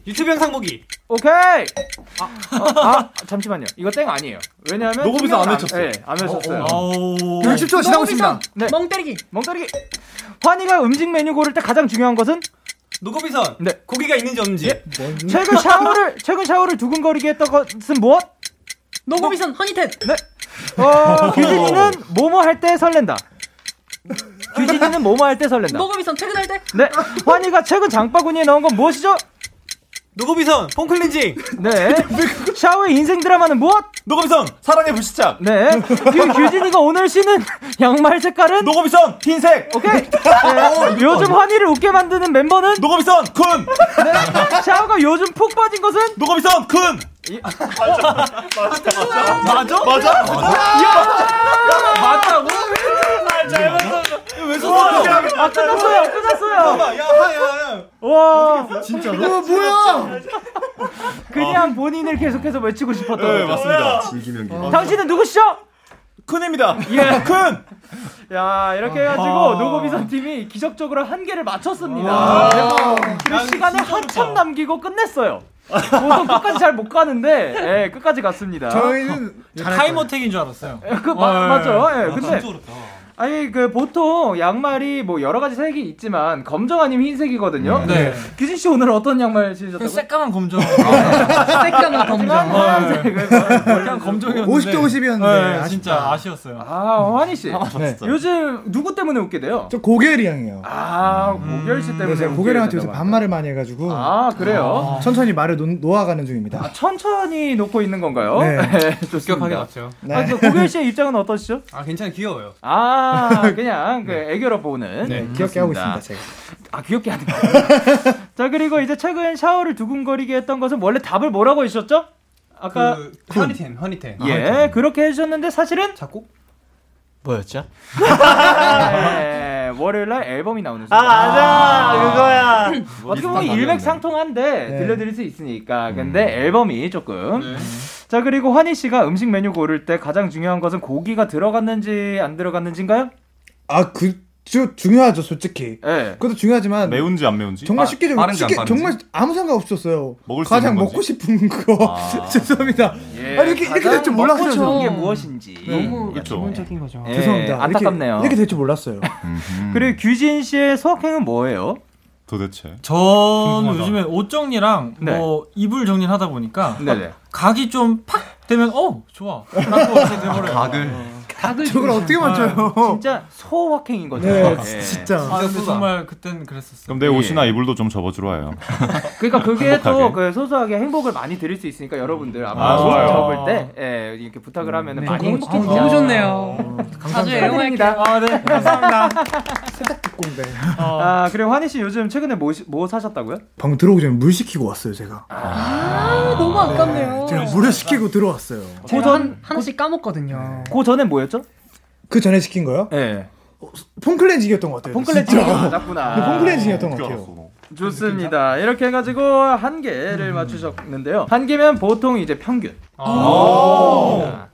Speaker 29: 유튜브 영상 보기.
Speaker 11: 오케이. 아, 아, 아, 잠시만요. 이거 땡 아니에요. 왜냐하면
Speaker 29: 노고 비선
Speaker 11: 팀명을
Speaker 29: 안 외쳤어요.
Speaker 11: 네, 안 외쳤어요.
Speaker 29: 어,
Speaker 10: 오. 60초 지나고 있습니다.
Speaker 11: 네. 멍때리기. 멍때리기. 환희가 음식 메뉴 고를 때 가장 중요한 것은
Speaker 29: 노고비선.
Speaker 11: 네.
Speaker 29: 고기가 있는지 없는지.
Speaker 7: 예.
Speaker 11: 최근 샤워를 최근 샤워를 두근거리게 했던 것은 무엇?
Speaker 4: 노고비선 허니텐.
Speaker 11: 네. 어, 규진이는 뭐뭐 할 때 설렌다. 규진이는 뭐뭐 할 때 설렌다.
Speaker 4: 노고비선 퇴근할 때?
Speaker 11: 네. 환희가 최근 장바구니에 넣은 건 무엇이죠?
Speaker 29: 노고비선. 폼 클렌징.
Speaker 11: 네. 샤오의 인생 드라마는 무엇?
Speaker 29: 노고비선. 사랑의 불시착.
Speaker 11: 네. 규, 규진이가 오늘 신은 양말 색깔은?
Speaker 29: 노고비선.
Speaker 11: 흰색. 오케이.
Speaker 29: 어,
Speaker 11: 네.
Speaker 29: 이거
Speaker 11: 요즘
Speaker 29: 아니야.
Speaker 11: 환희를 웃게 만드는 멤버는?
Speaker 29: 노고비선. 군.
Speaker 11: 네. 샤오가 요즘 푹 빠진 것은?
Speaker 29: 노고비선. 군.
Speaker 7: 맞아?
Speaker 6: 맞아?
Speaker 11: 야!
Speaker 7: 맞다고?
Speaker 29: 왜
Speaker 11: 아, 끝났어요. 끝났어요.
Speaker 7: 아, 예,
Speaker 11: 와.
Speaker 10: 어, 뭐야?
Speaker 29: 아.
Speaker 11: 그냥 본인을 계속해서 외치고 싶었던
Speaker 30: 네,
Speaker 11: 거죠.
Speaker 6: 아.
Speaker 30: 맞습니다. 진기명기.
Speaker 11: 어. 당신은 누구시죠?
Speaker 29: 큰입니다.
Speaker 11: 예.
Speaker 29: 큰.
Speaker 11: 야 이렇게 해가지고
Speaker 29: 아.
Speaker 11: 노고비선 팀이 기적적으로 한 개를 맞췄습니다.
Speaker 29: 와.
Speaker 11: 대박. 그리고 시간을 한참 남기고 끝냈어요. 보통 끝까지 잘 못 가는데 예, 끝까지 갔습니다.
Speaker 10: 저희는
Speaker 7: 타임어택인 줄 알았어요.
Speaker 11: 예, 그 마,
Speaker 7: 와,
Speaker 11: 맞죠. 예,
Speaker 7: 아,
Speaker 11: 근데
Speaker 7: 진짜 어렵다.
Speaker 11: 아니 그 보통 양말이 뭐 여러 가지 색이 있지만 검정 아니면 흰색이거든요.
Speaker 7: 네.
Speaker 11: 규진 씨 오늘 어떤 양말 신으셨다고요?
Speaker 7: 그 새까만 검정.
Speaker 11: 색감은 검정. 네, 뭐.
Speaker 7: 그냥 검정이었는데. 예, 네,
Speaker 10: 50 대 50 이었는데, 아쉽다.
Speaker 7: 진짜 아쉬웠어요.
Speaker 11: 아 환희 씨.
Speaker 10: 네.
Speaker 11: 요즘 누구 때문에 웃게 돼요?
Speaker 10: 저 고계리 형이요.
Speaker 11: 아 고결 씨 때문에.
Speaker 10: 네, 제가
Speaker 11: 웃게
Speaker 10: 고계리한테 요새
Speaker 11: 되나 봐요.
Speaker 10: 반말을 많이 해가지고
Speaker 11: 아 그래요?
Speaker 10: 천천히 말을 놓, 놓아가는 중입니다.
Speaker 11: 천천히 놓고 있는 건가요?
Speaker 10: 네.
Speaker 11: 좋습니다.
Speaker 29: 급격하게 놨죠.
Speaker 11: 아, 저 고결 씨의 입장은 어떠시죠?
Speaker 29: 아 괜찮아 귀여워요.
Speaker 11: 아, 그냥 그 애교로 보는.
Speaker 10: 네, 귀엽게 하고 있습니다. 제가.
Speaker 11: 아, 귀엽게 하는 거. 자, 그리고 이제 최근 샤워를 두근거리게 했던 것은 원래 답을 뭐라고 해주셨죠? 아까
Speaker 29: 그 허니텐 허니텐.
Speaker 11: 예, 그렇게 해주셨는데 사실은 작곡
Speaker 29: 뭐였죠?
Speaker 11: 예, 월요일 날 앨범이 나오는 순간.
Speaker 28: 맞아, 그거야.
Speaker 11: 어떻게 보면 일맥상통한데
Speaker 28: 네.
Speaker 11: 들려드릴 수
Speaker 10: 음.
Speaker 11: 있으니까. 근데 앨범이 조금. 자 그리고 환희 씨가 음식 메뉴 고를 때 가장 중요한 것은 고기가 들어갔는지 안 들어갔는지인가요?
Speaker 10: 아, 그, 저, 중요하죠, 솔직히.
Speaker 11: 예.
Speaker 10: 그것도 중요하지만.
Speaker 6: 매운지 안 매운지?
Speaker 10: 정말 쉽게 좀,
Speaker 6: 아, 빠른지 안
Speaker 10: 쉽게,
Speaker 6: 빠른지?
Speaker 10: 정말 아무 상관 없었어요.
Speaker 6: 먹을 수
Speaker 10: 가장
Speaker 6: 있는 아.
Speaker 10: 먹고 싶은 거. 죄송합니다.
Speaker 11: 예,
Speaker 10: 아니, 이렇게, 이렇게 될 줄 몰랐어요. 저는.
Speaker 11: 이게 무엇인지.
Speaker 10: 너무
Speaker 11: 기본적인 거죠.
Speaker 10: 죄송합니다. 이렇게-
Speaker 11: 안타깝네요. 아,
Speaker 10: 이렇게 될 줄 몰랐어요.
Speaker 11: 그리고 규진 씨의 소확행은 뭐예요?
Speaker 6: 음. 도대체.
Speaker 7: 저는 요즘에 옷 정리랑
Speaker 11: 네.
Speaker 7: 뭐 이불 정리를 하다
Speaker 10: 아,
Speaker 7: 보니까
Speaker 11: 네네.
Speaker 7: 각이 좀 팍 되면 어 좋아 라고 이렇게 돼버려요.
Speaker 29: 각을.
Speaker 11: 아, 각을
Speaker 10: 저걸 어떻게 맞춰요?
Speaker 11: 진짜 소확행인 거죠.
Speaker 10: 네,
Speaker 11: 아, 예.
Speaker 10: 진짜.
Speaker 7: 아, 근데 정말 그땐 그랬었어.
Speaker 6: 그럼 내 옷이나 이불도 좀 접어주러 와요.
Speaker 11: 그러니까 그게
Speaker 6: 행복하게.
Speaker 11: 또그 소소하게 행복을 많이 드릴 수 있으니까 여러분들 아마
Speaker 6: 아,
Speaker 11: 아,
Speaker 6: 좋아요.
Speaker 11: 접을 때 예, 이렇게 부탁을 하면
Speaker 10: 네.
Speaker 11: 많이
Speaker 10: 어,
Speaker 11: 행복해지죠.
Speaker 10: 어, 너무
Speaker 11: 좋네요.
Speaker 10: 감사합니다.
Speaker 11: 축하드립니다.
Speaker 7: 아, 네. 감사합니다.
Speaker 10: 꽁대.
Speaker 11: 아 그리고 환희 씨 요즘 최근에 뭐, 시- 뭐 사셨다고요?
Speaker 10: 방금 들어오기 전에 물 시키고 왔어요, 제가.
Speaker 4: 아, 너무 아깝네요.
Speaker 10: 제가 물을 시키고 들어왔어요.
Speaker 4: 제가 한, 하나씩 까먹거든요.
Speaker 11: 그 전에 뭐였죠?
Speaker 10: 그 전에 시킨 거요?
Speaker 11: 네.
Speaker 10: 폼클렌징이었던 것 같아요.
Speaker 11: 폼클렌징이
Speaker 10: 진짜.
Speaker 11: 뭐 맞았구나.
Speaker 10: 네, 폼클렌징이었던 것 같아요.
Speaker 11: 좋습니다. 이렇게 해가지고 한
Speaker 10: 음.
Speaker 11: 개를 맞추셨는데요. 한 개면 보통 이제 평균. 아,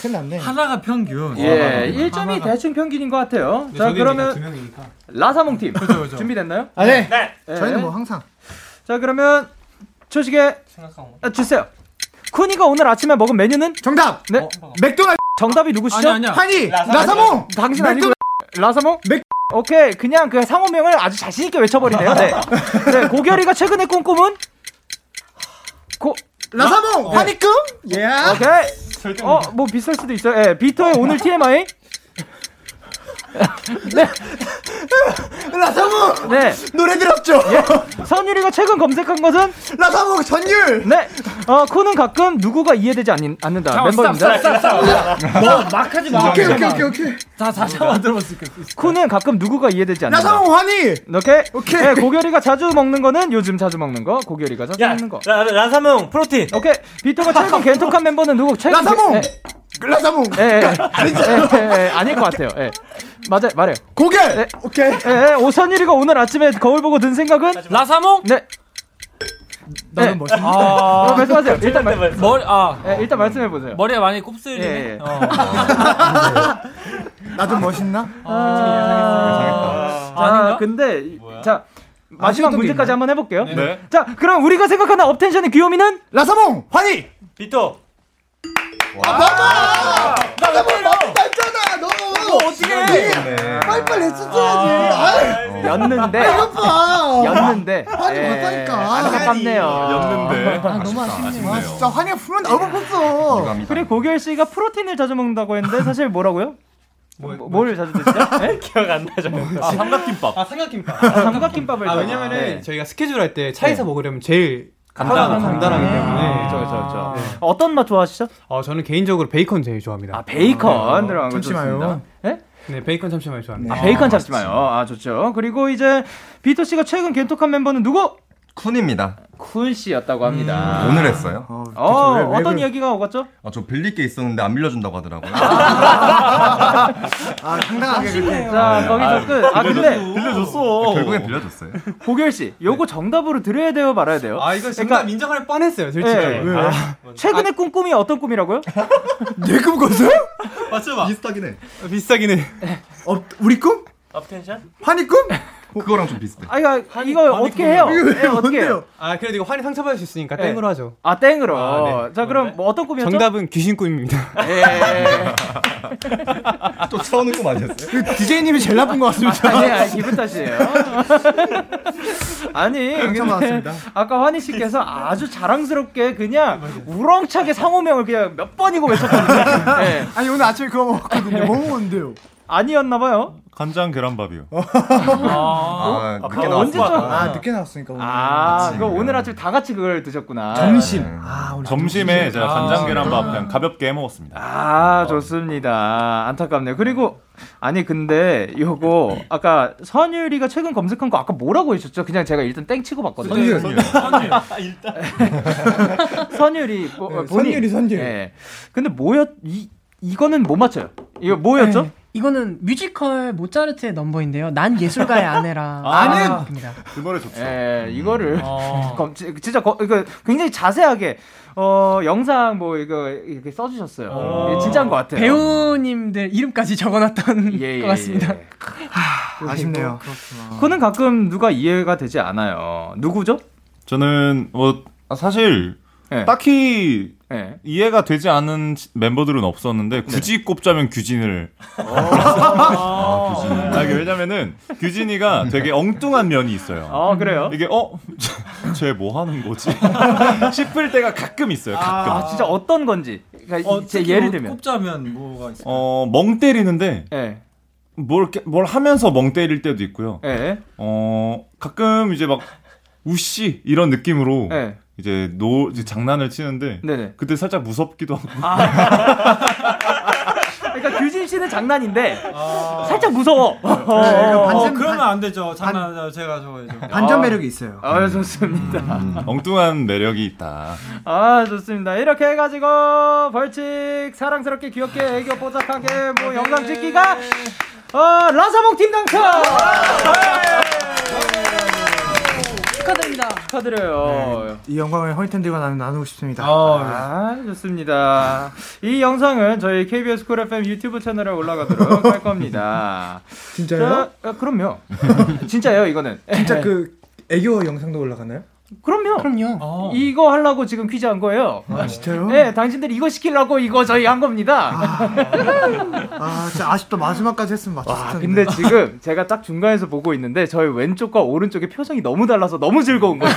Speaker 10: 큰일 났네.
Speaker 7: 하나가 평균.
Speaker 11: 예, 1점이 대충 평균인 것 같아요. 자, 그러면
Speaker 7: 명이니까.
Speaker 11: 라사몽 팀 준비됐나요?
Speaker 10: 아, 네.
Speaker 11: 예.
Speaker 10: 저희는 뭐 항상.
Speaker 11: 자, 그러면 초식에 아, 주세요. 쿠니가 오늘 아침에 먹은 메뉴는
Speaker 10: 정답.
Speaker 11: 네,
Speaker 10: 맥도날드.
Speaker 11: 정답이 누구시죠?
Speaker 31: 어, 뭐. 아니, 아니야.
Speaker 10: 하니! 나사몽!
Speaker 11: 당신
Speaker 10: 맥-
Speaker 11: 아니고 라사몽? 오케이 그냥 그 상호명을 아주 자신 있게 외쳐버리네요. 네. 네, 고결이가 최근에 꾼 꿈은 고
Speaker 10: 라사몽! 화니끔?
Speaker 11: 예.
Speaker 10: 어?
Speaker 11: 오케이. 어뭐 비슷할 수도 있어요. 예, 비터의 오늘 TMI. 네.
Speaker 10: 라사몽!
Speaker 11: 네.
Speaker 10: 노래 들었죠?
Speaker 11: 예. 선율이가 최근 검색한 것은
Speaker 10: 라사몽 전율.
Speaker 11: 네. 어 코는 가끔 누구가 이해되지 않, 않는다. 멤버입니다. 뭐,
Speaker 31: 너 막하지 마.
Speaker 10: 오케이, 오케이, 오케이, 오케이.
Speaker 31: 자, 다시 한번 들어봤을 거.
Speaker 11: 코는 가끔 누구가 이해되지 않는다.
Speaker 10: 나사몽 화니!
Speaker 11: 오케이.
Speaker 10: 오케이.
Speaker 11: 네, 고결이가 자주 먹는 거는 요즘 자주 먹는 거. 고결이가 자주 먹는 거.
Speaker 32: 라, 라사몽 프로틴.
Speaker 11: 오케이. 비터가 최근 겐톡한 멤버는 누구? 최근
Speaker 10: 라사몽!
Speaker 11: 게-
Speaker 10: 라사몽!
Speaker 11: 예, 예, 예, 예, 예, 아닐 것 같아요. 예. 맞아, 말해요.
Speaker 10: 고결!
Speaker 11: 네.
Speaker 10: 오케이.
Speaker 11: 예, 예, 오선일이가 오늘 아침에 거울 보고 든 생각은?
Speaker 31: 라사몽?
Speaker 11: 네.
Speaker 31: 너는 아.
Speaker 11: 네.
Speaker 31: 멋있네.
Speaker 11: 어, 말씀하세요. 일단 말,
Speaker 31: 머리 아
Speaker 11: 예, 일단 말씀해 보세요.
Speaker 31: 머리가 많이 곱슬리네.
Speaker 11: 예, 예.
Speaker 31: 어.
Speaker 10: 나도 멋있나?
Speaker 11: 아, 자, 근데 이- 자 마지막
Speaker 10: 아직도 있나요?
Speaker 11: 문제까지 한번 해볼게요.
Speaker 6: 네.
Speaker 11: 자, 그럼 우리가 생각하는 업텐션의 귀요미는
Speaker 10: 라사몽! 화니!
Speaker 32: 비토.
Speaker 10: 아, 라사몽 맞다 했잖아, 아, 너! 네.
Speaker 32: 어떻게?
Speaker 10: 빨리빨리 했었어야지.
Speaker 11: 였는데
Speaker 10: 아이, 아. 아파.
Speaker 33: 네.
Speaker 11: 였는데
Speaker 10: 하지
Speaker 11: 예,
Speaker 10: 못하니까.
Speaker 11: 안타깝네요.
Speaker 6: 였는데.
Speaker 10: 아, 너무 아쉽네요. 아, 진짜 화니 풀면 나올 뻔했어.
Speaker 11: 그래 고결 씨가 프로틴을 자주 먹는다고 했는데 사실 뭐라고요? 뭐, 뭘 자주 드시죠? 예?
Speaker 32: 기억 안 나죠.
Speaker 6: 아, 삼각김밥.
Speaker 7: 아 삼각김밥.
Speaker 11: 아, 삼각김밥을
Speaker 7: 아
Speaker 11: 잘-
Speaker 7: 왜냐면은
Speaker 11: 네.
Speaker 7: 저희가 스케줄 할 때 차에서 먹으려면 제일
Speaker 11: 간단한
Speaker 7: 편하고 간단하기
Speaker 11: 거.
Speaker 7: 때문에
Speaker 11: 네, 그쵸, 그쵸, 그쵸. 어떤 맛 좋아하시죠?
Speaker 7: 어, 저는 개인적으로 베이컨 제일 좋아합니다.
Speaker 11: 아 베이컨 들어간 거
Speaker 10: 잠시만요.
Speaker 11: 좋습니다. 예?
Speaker 7: 네 베이컨 참치마요 좋아합니다.
Speaker 11: 아, 베이컨 잡지 마요. 아 좋죠. 그리고 이제 비터 씨가 최근 겐톡한 멤버는 누구?
Speaker 33: 쿤입니다.
Speaker 11: 쿤 씨였다고 합니다.
Speaker 6: 음,
Speaker 33: 오늘 했어요.
Speaker 11: 어,
Speaker 33: 왜- 왜
Speaker 11: 어떤
Speaker 33: 그래?
Speaker 11: 이야기가 오갔죠?
Speaker 33: 아, 저 빌릴 게 있었는데 안 빌려준다고 하더라고요.
Speaker 10: 아, 당당하게 그렇게.
Speaker 11: 자, 거기서 끝. 아, 근데
Speaker 6: 빌려줬어.
Speaker 33: 결국엔 빌려줬어요.
Speaker 11: 고결 씨, 요거 정답으로 드려야 돼요, 말아야 돼요?
Speaker 7: 아 이거 정답 인정할 뻔했어요 솔직히.
Speaker 11: 예.
Speaker 7: 아,
Speaker 11: 최근에 꾼 꿈이 어떤 꿈이라고요?
Speaker 10: 내꿈 꿨어요?
Speaker 7: 맞죠?
Speaker 33: 비슷하긴 해.
Speaker 7: 아, 비싸긴 해.
Speaker 10: 어, 우리 꿈?
Speaker 32: 업텐션?
Speaker 10: 화니 꿈?
Speaker 33: 그거랑 좀 비슷해.
Speaker 11: 아, 이거, 이거 어떻게 해요?
Speaker 10: 이거 왜
Speaker 11: 예, 어떻게 해요?
Speaker 10: 뭔데요?
Speaker 7: 아 그래도 이거 환이 상처받을 수 있으니까
Speaker 11: 예.
Speaker 7: 땡으로 하죠.
Speaker 11: 아, 땡으로.
Speaker 7: 아,
Speaker 11: 자, 그럼 뭐 어떤 꿈이었죠?
Speaker 7: 정답은 귀신 꿈입니다.
Speaker 11: 예, 예.
Speaker 10: 아,
Speaker 33: 또 처음에 꿈 아니었어요?
Speaker 10: DJ님이 그 제일 나쁜 것 같습니다.
Speaker 11: 아니, 아니, 기분 탓이에요. 아니, 근데
Speaker 10: 맞습니다.
Speaker 11: 아까 환희 씨께서 아주 자랑스럽게 그냥 우렁차게 상호명을 그냥 몇 번이고 외쳤거든요. 예.
Speaker 10: 아니, 오늘 아침에 그거 먹었거든요. 뭐 먹었는데요?
Speaker 11: 아니었나봐요.
Speaker 6: 간장 계란밥이요.
Speaker 33: 아,
Speaker 11: 아,
Speaker 33: 늦게 나왔어.
Speaker 11: 언제죠?
Speaker 10: 아, 늦게 나왔으니까 오늘.
Speaker 11: 아, 그거 오늘 아침 다 같이 그걸 드셨구나.
Speaker 10: 점심. 아, 오늘
Speaker 6: 점심에 제가 간장 계란밥 그냥 가볍게 해 먹었습니다.
Speaker 11: 아, 좋습니다. 안타깝네요. 그리고 아니 근데 요거 아까 선율이가 최근 검색한 거 아까 뭐라고 해주셨죠? 그냥 제가 일단 땡 치고 봤거든요.
Speaker 10: 선율.
Speaker 11: 선율이 뭐,
Speaker 10: 네,
Speaker 11: 본인.
Speaker 10: 선율이, 선율.
Speaker 11: 예. 근데 뭐였 이 이거는 못 맞춰요. 이거 뭐였죠?
Speaker 3: 이거는 뮤지컬 모차르트의 넘버인데요. 난 예술가의 아내라.
Speaker 11: 아는!
Speaker 3: 곡입니다.
Speaker 6: 그 노래 좋죠.
Speaker 11: 예,
Speaker 3: 음.
Speaker 11: 이거를
Speaker 31: 어.
Speaker 11: 검, 지- 진짜 거, 이거 굉장히 자세하게 어 영상 뭐 이거 이렇게 써주셨어요.
Speaker 31: 어.
Speaker 11: 예, 진짜인 것 같아요.
Speaker 3: 배우님들 이름까지 적어놨던
Speaker 11: 예, 예,
Speaker 3: 것 같습니다.
Speaker 11: 예.
Speaker 10: 아쉽네요.
Speaker 11: 그거는 가끔 누가 이해가 되지 않아요. 누구죠?
Speaker 6: 저는 뭐 아, 사실
Speaker 11: 예.
Speaker 6: 딱히
Speaker 11: 예.
Speaker 6: 이해가 되지 않은 지- 멤버들은 없었는데 굳이 꼽자면 규진을. 아, 이게 왜냐면은 규진이가 되게 엉뚱한 면이 있어요.
Speaker 11: 아 그래요?
Speaker 6: 이게 어쟤 뭐 하는 거지 싶을 때가 가끔 있어요. 가끔.
Speaker 11: 아 진짜 어떤 건지. 그러니까 이- 제
Speaker 3: 뭐
Speaker 11: 예를 들면.
Speaker 31: 꼽자면 뭐가 있어?
Speaker 6: 어멍 때리는데
Speaker 11: 예.
Speaker 6: 뭘, 이렇게- 뭘 하면서 멍 때릴 때도 있고요.
Speaker 11: 예.
Speaker 6: 어, 가끔 이제 막, 우씨! 이런 느낌으로,
Speaker 11: 예.
Speaker 6: 이제 노, 이제 장난을 치는데,
Speaker 11: 네네. 아.
Speaker 6: 그때 살짝 무섭기도 하고.
Speaker 11: 그러니까 규진 씨는 장난인데
Speaker 3: 아.
Speaker 11: 살짝 무서워.
Speaker 3: 네.
Speaker 31: 어,
Speaker 10: 반전,
Speaker 31: 그러면
Speaker 10: 반,
Speaker 31: 안 되죠. 장난 반... 제가 저거 해줘.
Speaker 10: 네, 반전 매력이 있어요.
Speaker 11: 아 좋습니다.
Speaker 6: 엉뚱한 매력이 있다.
Speaker 11: 아 좋습니다. 이렇게 해가지고 벌칙 사랑스럽게 귀엽게 애교 뽀짝하게 뭐 영상 찍기가 어 라사몽 팀 당첨.
Speaker 3: 축하드립니다.
Speaker 11: 축하드려요.
Speaker 10: 이 영광을 허니텐들과 나는 나누고 싶습니다. 네.
Speaker 11: 아, 좋습니다. 이 영상은 저희 KBS 쿨 FM 유튜브 채널에 올라가도록 할 겁니다.
Speaker 10: 진짜요? 네.
Speaker 11: 자, 아, 그럼요. 진짜예요, 이거는.
Speaker 10: 진짜 그 애교 영상도 올라가나요?
Speaker 11: 그럼요. 그럼요. 이거 하려고 지금 퀴즈 한 거예요. 아,
Speaker 10: 진짜요?
Speaker 11: 네, 당신들 이거 시키려고 이거 저희 한 겁니다.
Speaker 10: 아 진짜 아쉽다 마지막까지 했으면 맞췄을 텐데.
Speaker 11: 근데 지금 제가 딱 중간에서 보고 있는데 저희 왼쪽과 오른쪽의 표정이 너무 달라서 너무 즐거운 거예요.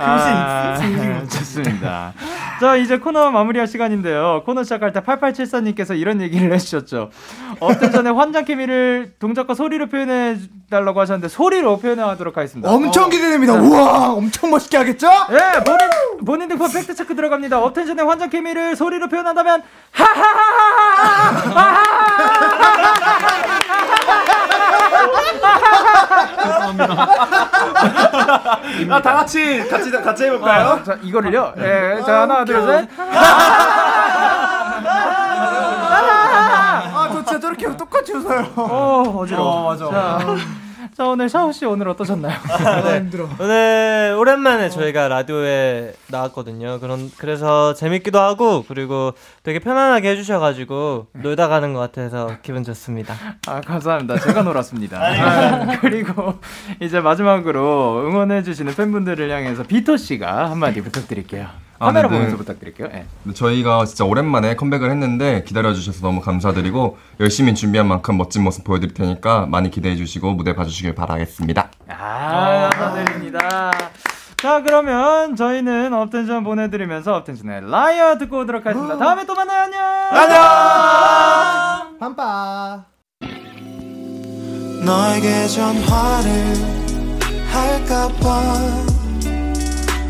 Speaker 11: 아, 좋습니다. 자, 이제 코너 마무리할 시간인데요. 코너 시작할 때 8874님께서 이런 얘기를 해주셨죠. 어떤 전에 환장 케미를 동작과 소리로 표현해 달라고 하셨는데 소리로 표현해 하도록 하겠습니다.
Speaker 10: 엄청 기대됩니다.
Speaker 11: 자.
Speaker 10: 우와, 엄청 멋있게 하겠죠?
Speaker 11: 예, 본인 본인 등판 팩트 체크 들어갑니다. 업텐션의 환장 케미를 소리로 표현한다면 하하하하하.
Speaker 6: 아, 다 같이 같이 같이 해볼까요?
Speaker 11: 자, 이거를요. 예, 자 하나 둘 셋.
Speaker 10: 아, 저 진짜 저렇게 똑같이 웃어요.
Speaker 11: 어, 어지러워.
Speaker 10: 맞아.
Speaker 11: 자, 자 오늘 샤오 씨 오늘 어떠셨나요?
Speaker 34: 네. 오늘 오랜만에 저희가 라디오에 나왔거든요. 그런 그래서 재밌기도 하고 그리고 되게 편안하게 해주셔가지고 놀다 가는 것 같아서 기분 좋습니다. 네.
Speaker 11: 아 감사합니다. 제가 놀았습니다. 아, 그리고 이제 마지막으로 응원해주시는 팬분들을 향해서 비토 씨가 한마디 부탁드릴게요.
Speaker 27: 아,
Speaker 11: 카메라
Speaker 27: 네, 네.
Speaker 11: 보면서 부탁드릴게요. 예.
Speaker 27: 저희가 진짜 오랜만에 컴백을 했는데 기다려주셔서 너무 감사드리고 열심히 준비한 만큼 멋진 모습 보여드릴 테니까 많이 기대해주시고 무대 봐주시길 바라겠습니다.
Speaker 11: 아, 감사드립니다. 자, 그러면 저희는 업텐션 보내드리면서 업텐션의 라이어 듣고 오도록 하겠습니다. 다음에 또 만나요. 안녕!
Speaker 10: 안녕! 빰빠.
Speaker 3: 너에게 전화를 할까봐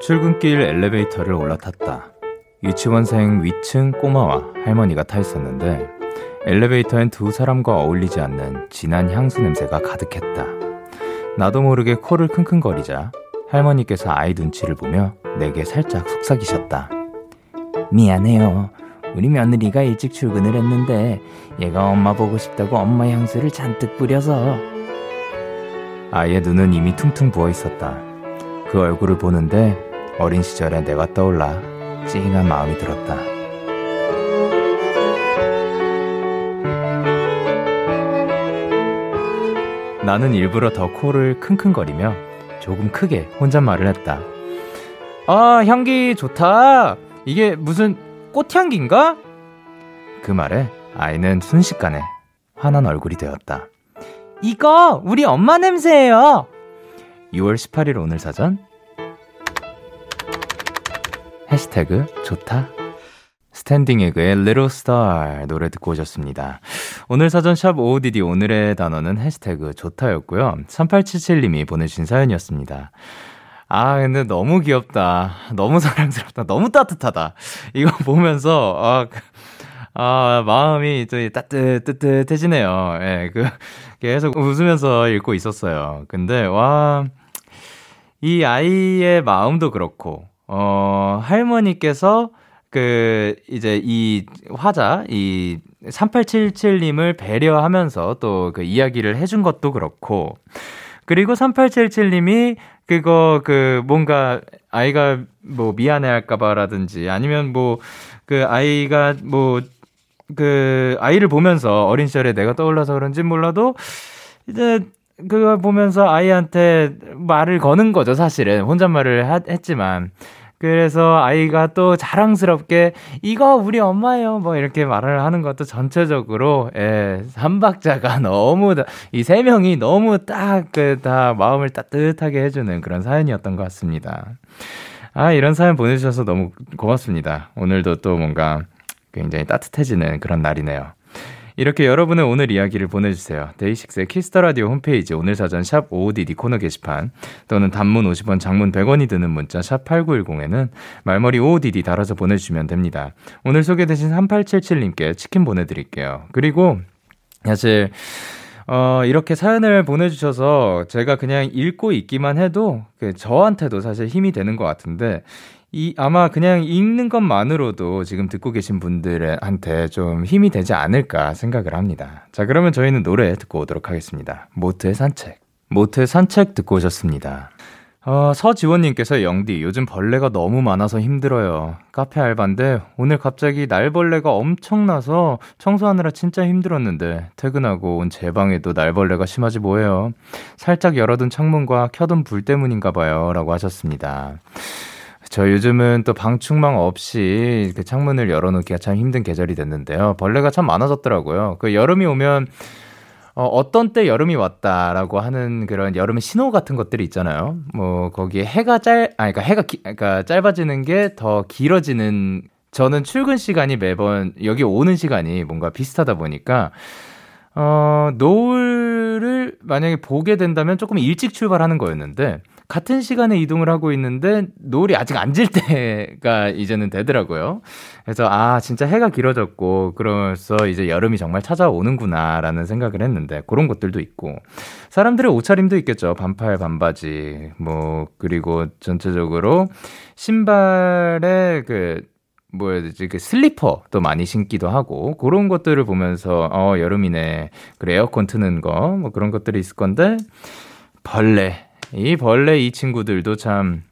Speaker 2: 출근길 엘리베이터를 올라탔다. 유치원생 위층 꼬마와 할머니가 타 있었는데 엘리베이터엔 두 사람과 어울리지 않는 진한 향수 냄새가 가득했다. 나도 모르게 코를 킁킁거리자 할머니께서 아이 눈치를 보며 내게 살짝 속삭이셨다. 미안해요. 우리 며느리가 일찍 출근을 했는데 얘가 엄마 보고 싶다고 엄마 향수를 잔뜩 뿌려서 아이의 눈은 이미 퉁퉁 부어 있었다. 그 얼굴을 보는데 어린 시절에 내가 떠올라 찡한 마음이 들었다. 나는 일부러 더 코를 킁킁거리며 조금 크게 혼잣말을 했다. 아, 향기 좋다. 이게 무슨 꽃향기인가? 그 말에 아이는 순식간에 환한 얼굴이 되었다. 이거 우리 엄마 냄새예요. 6월 18일 오늘 사전 해시태그 좋다 스탠딩 에그의 Little Star 노래 듣고 오셨습니다. 오늘 사전 샵 OODD 오늘의 단어는 해시태그 좋다였고요. 3877님이 보내주신 사연이었습니다. 아, 근데 너무 귀엽다. 너무 사랑스럽다. 너무 따뜻하다. 이거 보면서, 아, 그- 아, 마음이 저 따뜻뜨뜻해지네요. 예, 그, 계속 웃으면서 읽고 있었어요. 근데, 와, 이 아이의 마음도 그렇고, 어, 할머니께서 그, 이제 이 화자, 이 3877님을 배려하면서 또 그 이야기를 해준 것도 그렇고, 그리고 3877님이 그거 그 뭔가 아이가 뭐 미안해할까봐라든지 아니면 뭐 그 아이가 뭐 그 아이를 보면서 어린 시절에 내가 떠올라서 그런지 몰라도 이제 그걸 보면서 아이한테 말을 거는 거죠 사실은 혼잣말을 하- 했지만 그래서 아이가 또 자랑스럽게 이거 우리 엄마예요 뭐 이렇게 말을 하는 것도 전체적으로 예 삼박자가 너무 이 세 명이 너무 딱 그 다 마음을 따뜻하게 해주는 그런 사연이었던 것 같습니다. 아, 이런 사연 보내주셔서 너무 고맙습니다. 오늘도 또 뭔가 굉장히 따뜻해지는 그런 날이네요. 이렇게 여러분의 오늘 이야기를 보내주세요. 데이식스의 키스터라디오 홈페이지 오늘 사전 샵 55DD 코너 게시판 또는 단문 50원 장문 100원이 드는 문자 샵 8910에는 말머리 55DD 달아서 보내주시면 됩니다. 오늘 소개되신 3877님께 치킨 보내드릴게요. 그리고 사실 어, 이렇게 사연을 보내주셔서 제가 그냥 읽고 있기만 해도 그 저한테도 사실 힘이 되는 것 같은데 이 아마 그냥 읽는 것만으로도 지금 듣고 계신 분들한테 좀 힘이 되지 않을까 생각을 합니다. 자, 그러면 저희는 노래 듣고 오도록 하겠습니다. 모트의 산책. 모트의 산책 듣고 오셨습니다. 어, 서지원님께서 영디, 요즘 벌레가 너무 많아서 힘들어요. 카페 알바인데, 오늘 갑자기 날벌레가 엄청나서 청소하느라 진짜 힘들었는데, 퇴근하고 온 제 방에도 날벌레가 심하지 뭐예요. 살짝 열어둔 창문과 켜둔 불 때문인가 봐요. 라고 하셨습니다. 저 요즘은 또 방충망 없이 그 창문을 열어놓기가 참 힘든 계절이 됐는데요. 벌레가 참 많아졌더라고요. 그 여름이 오면 어, 어떤 때 여름이 왔다라고 하는 그런 여름의 신호 같은 것들이 있잖아요. 뭐 거기에 해가 짧, 아, 그러니까 해가 기, 그러니까 짧아지는 게 더 길어지는. 저는 출근 시간이 매번 여기 오는 시간이 뭔가 비슷하다 보니까 어, 노을을 만약에 보게 된다면 조금 일찍 출발하는 거였는데 같은 시간에 이동을 하고 있는데 노을이 아직 안 질 때가 이제는 되더라고요. 그래서 아 진짜 해가 길어졌고 그러면서 이제 여름이 정말 찾아오는구나라는 생각을 했는데 그런 것들도 있고 사람들의 옷차림도 있겠죠. 반팔 반바지 뭐 그리고 전체적으로 신발에 그 뭐야 되지 그 슬리퍼도 많이 신기도 하고 그런 것들을 보면서 어 여름이네 그래 에어컨 트는 거 뭐 그런 것들이 있을 건데 벌레 이 벌레 이 친구들도 참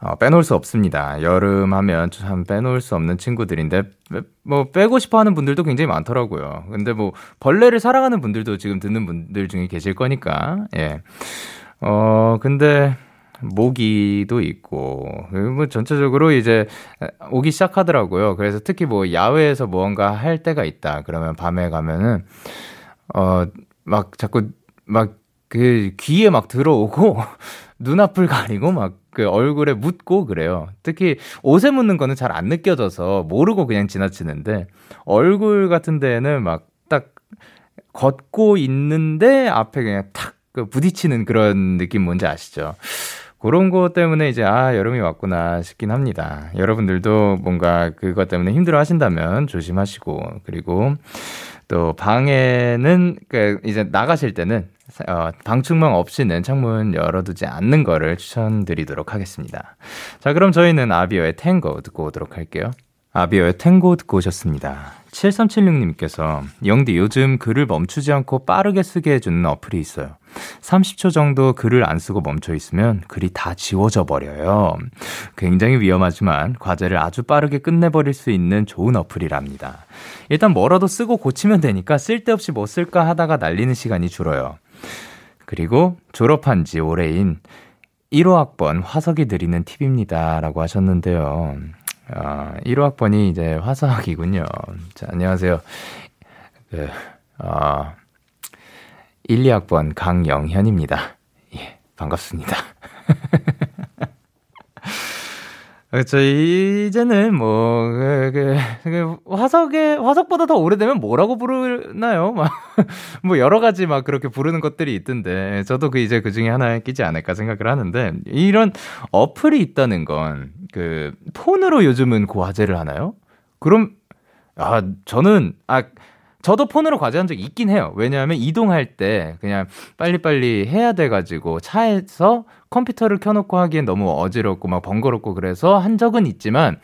Speaker 2: 어, 빼놓을 수 없습니다. 여름 하면 참 빼놓을 수 없는 친구들인데, 빼- 뭐, 빼고 싶어 하는 분들도 굉장히 많더라고요. 근데 뭐, 벌레를 사랑하는 분들도 지금 듣는 분들 중에 계실 거니까, 예. 어, 근데, 모기도 있고, 그리고 뭐, 전체적으로 이제, 오기 시작하더라고요. 그래서 특히 뭐, 야외에서 무언가 할 때가 있다. 그러면 밤에 가면은, 어, 막 자꾸 막 그 귀에 막 들어오고 눈앞을 가리고 막 그 얼굴에 묻고 그래요. 특히 옷에 묻는 거는 잘 안 느껴져서 모르고 그냥 지나치는데 얼굴 같은 데에는 막 딱 걷고 있는데 앞에 그냥 탁그 부딪히는 그런 느낌 뭔지 아시죠? 그런 거 때문에 이제 아 여름이 왔구나 싶긴 합니다. 여러분들도 뭔가 그것 때문에 힘들어 하신다면 조심하시고 그리고 또 방에는 그 이제 나가실 때는 어, 방충망 없이는 창문 열어두지 않는 거를 추천드리도록 하겠습니다. 자 그럼 저희는 아비오의 탱고 듣고 오도록 할게요. 아비오의 탱고 듣고 오셨습니다. 7376님께서 영디 요즘 글을 멈추지 않고 빠르게 쓰게 해주는 어플이 있어요. 30초 정도 글을 안 쓰고 멈춰 있으면 글이 다 지워져 버려요. 굉장히 위험하지만 과제를 아주 빠르게 끝내버릴 수 있는 좋은 어플이랍니다. 일단 뭐라도 쓰고 고치면 되니까 쓸데없이 뭐 쓸까 하다가 날리는 시간이 줄어요. 그리고 졸업한 지 올해인 1호 학번 화석이 드리는 팁입니다. 라고 하셨는데요. 아, 1호 학번이 이제 화석이군요. 자, 안녕하세요. 그, 아, 1, 2학번 강영현입니다. 예, 반갑습니다. 그렇죠. 이제는 뭐, 그, 그, 그, 화석에, 화석보다 더 오래되면 뭐라고 부르나요? 막, 뭐 여러 가지 막 그렇게 부르는 것들이 있던데, 저도 그 이제 그 중에 하나에 끼지 않을까 생각을 하는데, 이런 어플이 있다는 건, 그, 폰으로 요즘은 과제를 하나요? 그럼, 아, 저는, 아, 저도 폰으로 과제한 적이 있긴 해요. 왜냐하면 이동할 때 그냥 빨리빨리 해야 돼가지고 차에서 컴퓨터를 켜놓고 하기엔 너무 어지럽고 막 번거롭고 그래서 한 적은 있지만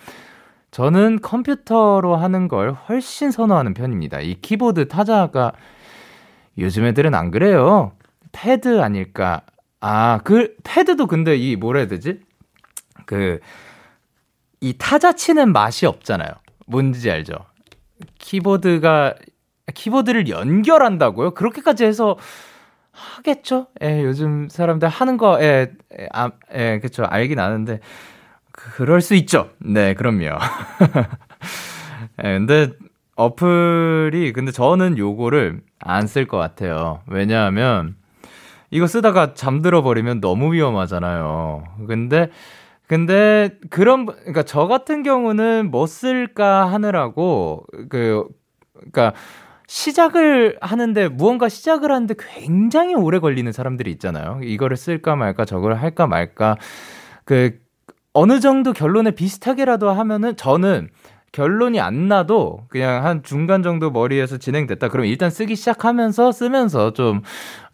Speaker 2: 저는 컴퓨터로 하는 걸 훨씬 선호하는 편입니다. 이 키보드 타자가 요즘 애들은 안 그래요. 패드 아닐까. 아, 그, 패드도 근데 이 뭐라 해야 되지? 그, 이 타자 치는 맛이 없잖아요. 뭔지 알죠? 키보드가 키보드를 연결한다고요? 그렇게까지 해서 하겠죠? 예, 요즘 사람들 하는 거, 예, 예, 아, 예, 그쵸. 알긴 아는데, 그- 그럴 수 있죠. 네, 그럼요. 예, 근데 어플이, 근데 저는 요거를 안 쓸 것 같아요. 왜냐하면, 이거 쓰다가 잠들어 버리면 너무 위험하잖아요. 근데 근데 그런 분- 그러니까 저 같은 경우는 뭐 쓸까 하느라고 그 그러니까 시작을 하는데 무언가 시작을 하는데 굉장히 오래 걸리는 사람들이 있잖아요. 이거를 쓸까 말까 저걸 할까 말까 그 어느 정도 결론에 비슷하게라도 하면은 저는 결론이 안 나도 그냥 한 중간 정도 머리에서 진행됐다. 그럼 일단 쓰기 시작하면서 쓰면서 좀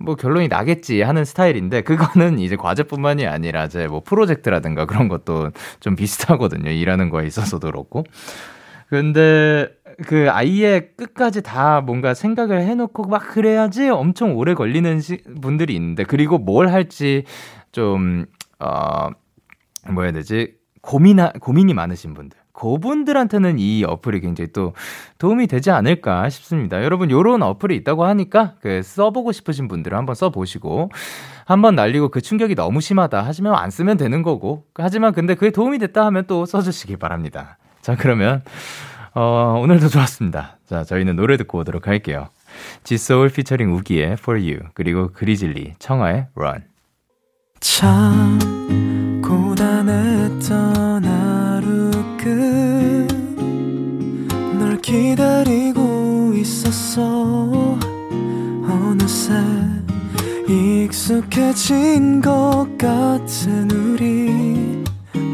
Speaker 2: 뭐 결론이 나겠지 하는 스타일인데 그거는 이제 과제뿐만이 아니라 제 뭐 프로젝트라든가 그런 것도 좀 비슷하거든요. 일하는 거에 있어서도 그렇고. 근데 그 아예 끝까지 다 뭔가 생각을 해놓고 막 그래야지 엄청 오래 걸리는 시- 분들이 있는데 그리고 뭘 할지 좀어 뭐 해야 되지 고민하 고민이 많으신 분들 그분들한테는 이 어플이 굉장히 또 도움이 되지 않을까 싶습니다. 여러분 요런 어플이 있다고 하니까 그 써보고 싶으신 분들은 한번 써보시고 한번 날리고 그 충격이 너무 심하다 하시면 안 쓰면 되는 거고 하지만 근데 그게 도움이 됐다 하면 또 써주시기 바랍니다. 자 그러면 어, 오늘도 좋았습니다. 자 저희는 노래 듣고 오도록 할게요. 지소울 피처링 우기의 For You 그리고 그리즐리 청하의 Run
Speaker 11: 참 고단했던 하루 끝널 기다리고 있었어 어느새 익숙해진 것 같은 우리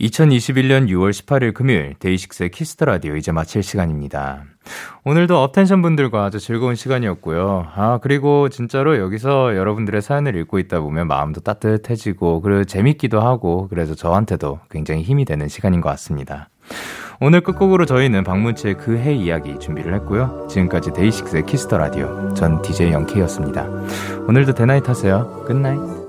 Speaker 2: 2021년 6월 18일 금요일 데이식스의 키스터 라디오 이제 마칠 시간입니다. 오늘도 업텐션 분들과 아주 즐거운 시간이었고요. 아, 그리고 진짜로 여기서 여러분들의 사연을 읽고 있다 보면 마음도 따뜻해지고 그리고 재밌기도 하고 그래서 저한테도 굉장히 힘이 되는 시간인 것 같습니다. 오늘 끝곡으로 저희는 박문치의 그 해 이야기 준비를 했고요. 지금까지 데이식스의 키스터 라디오 전 DJ 영케이였습니다. 오늘도 대나잇 하세요. 끝나잇.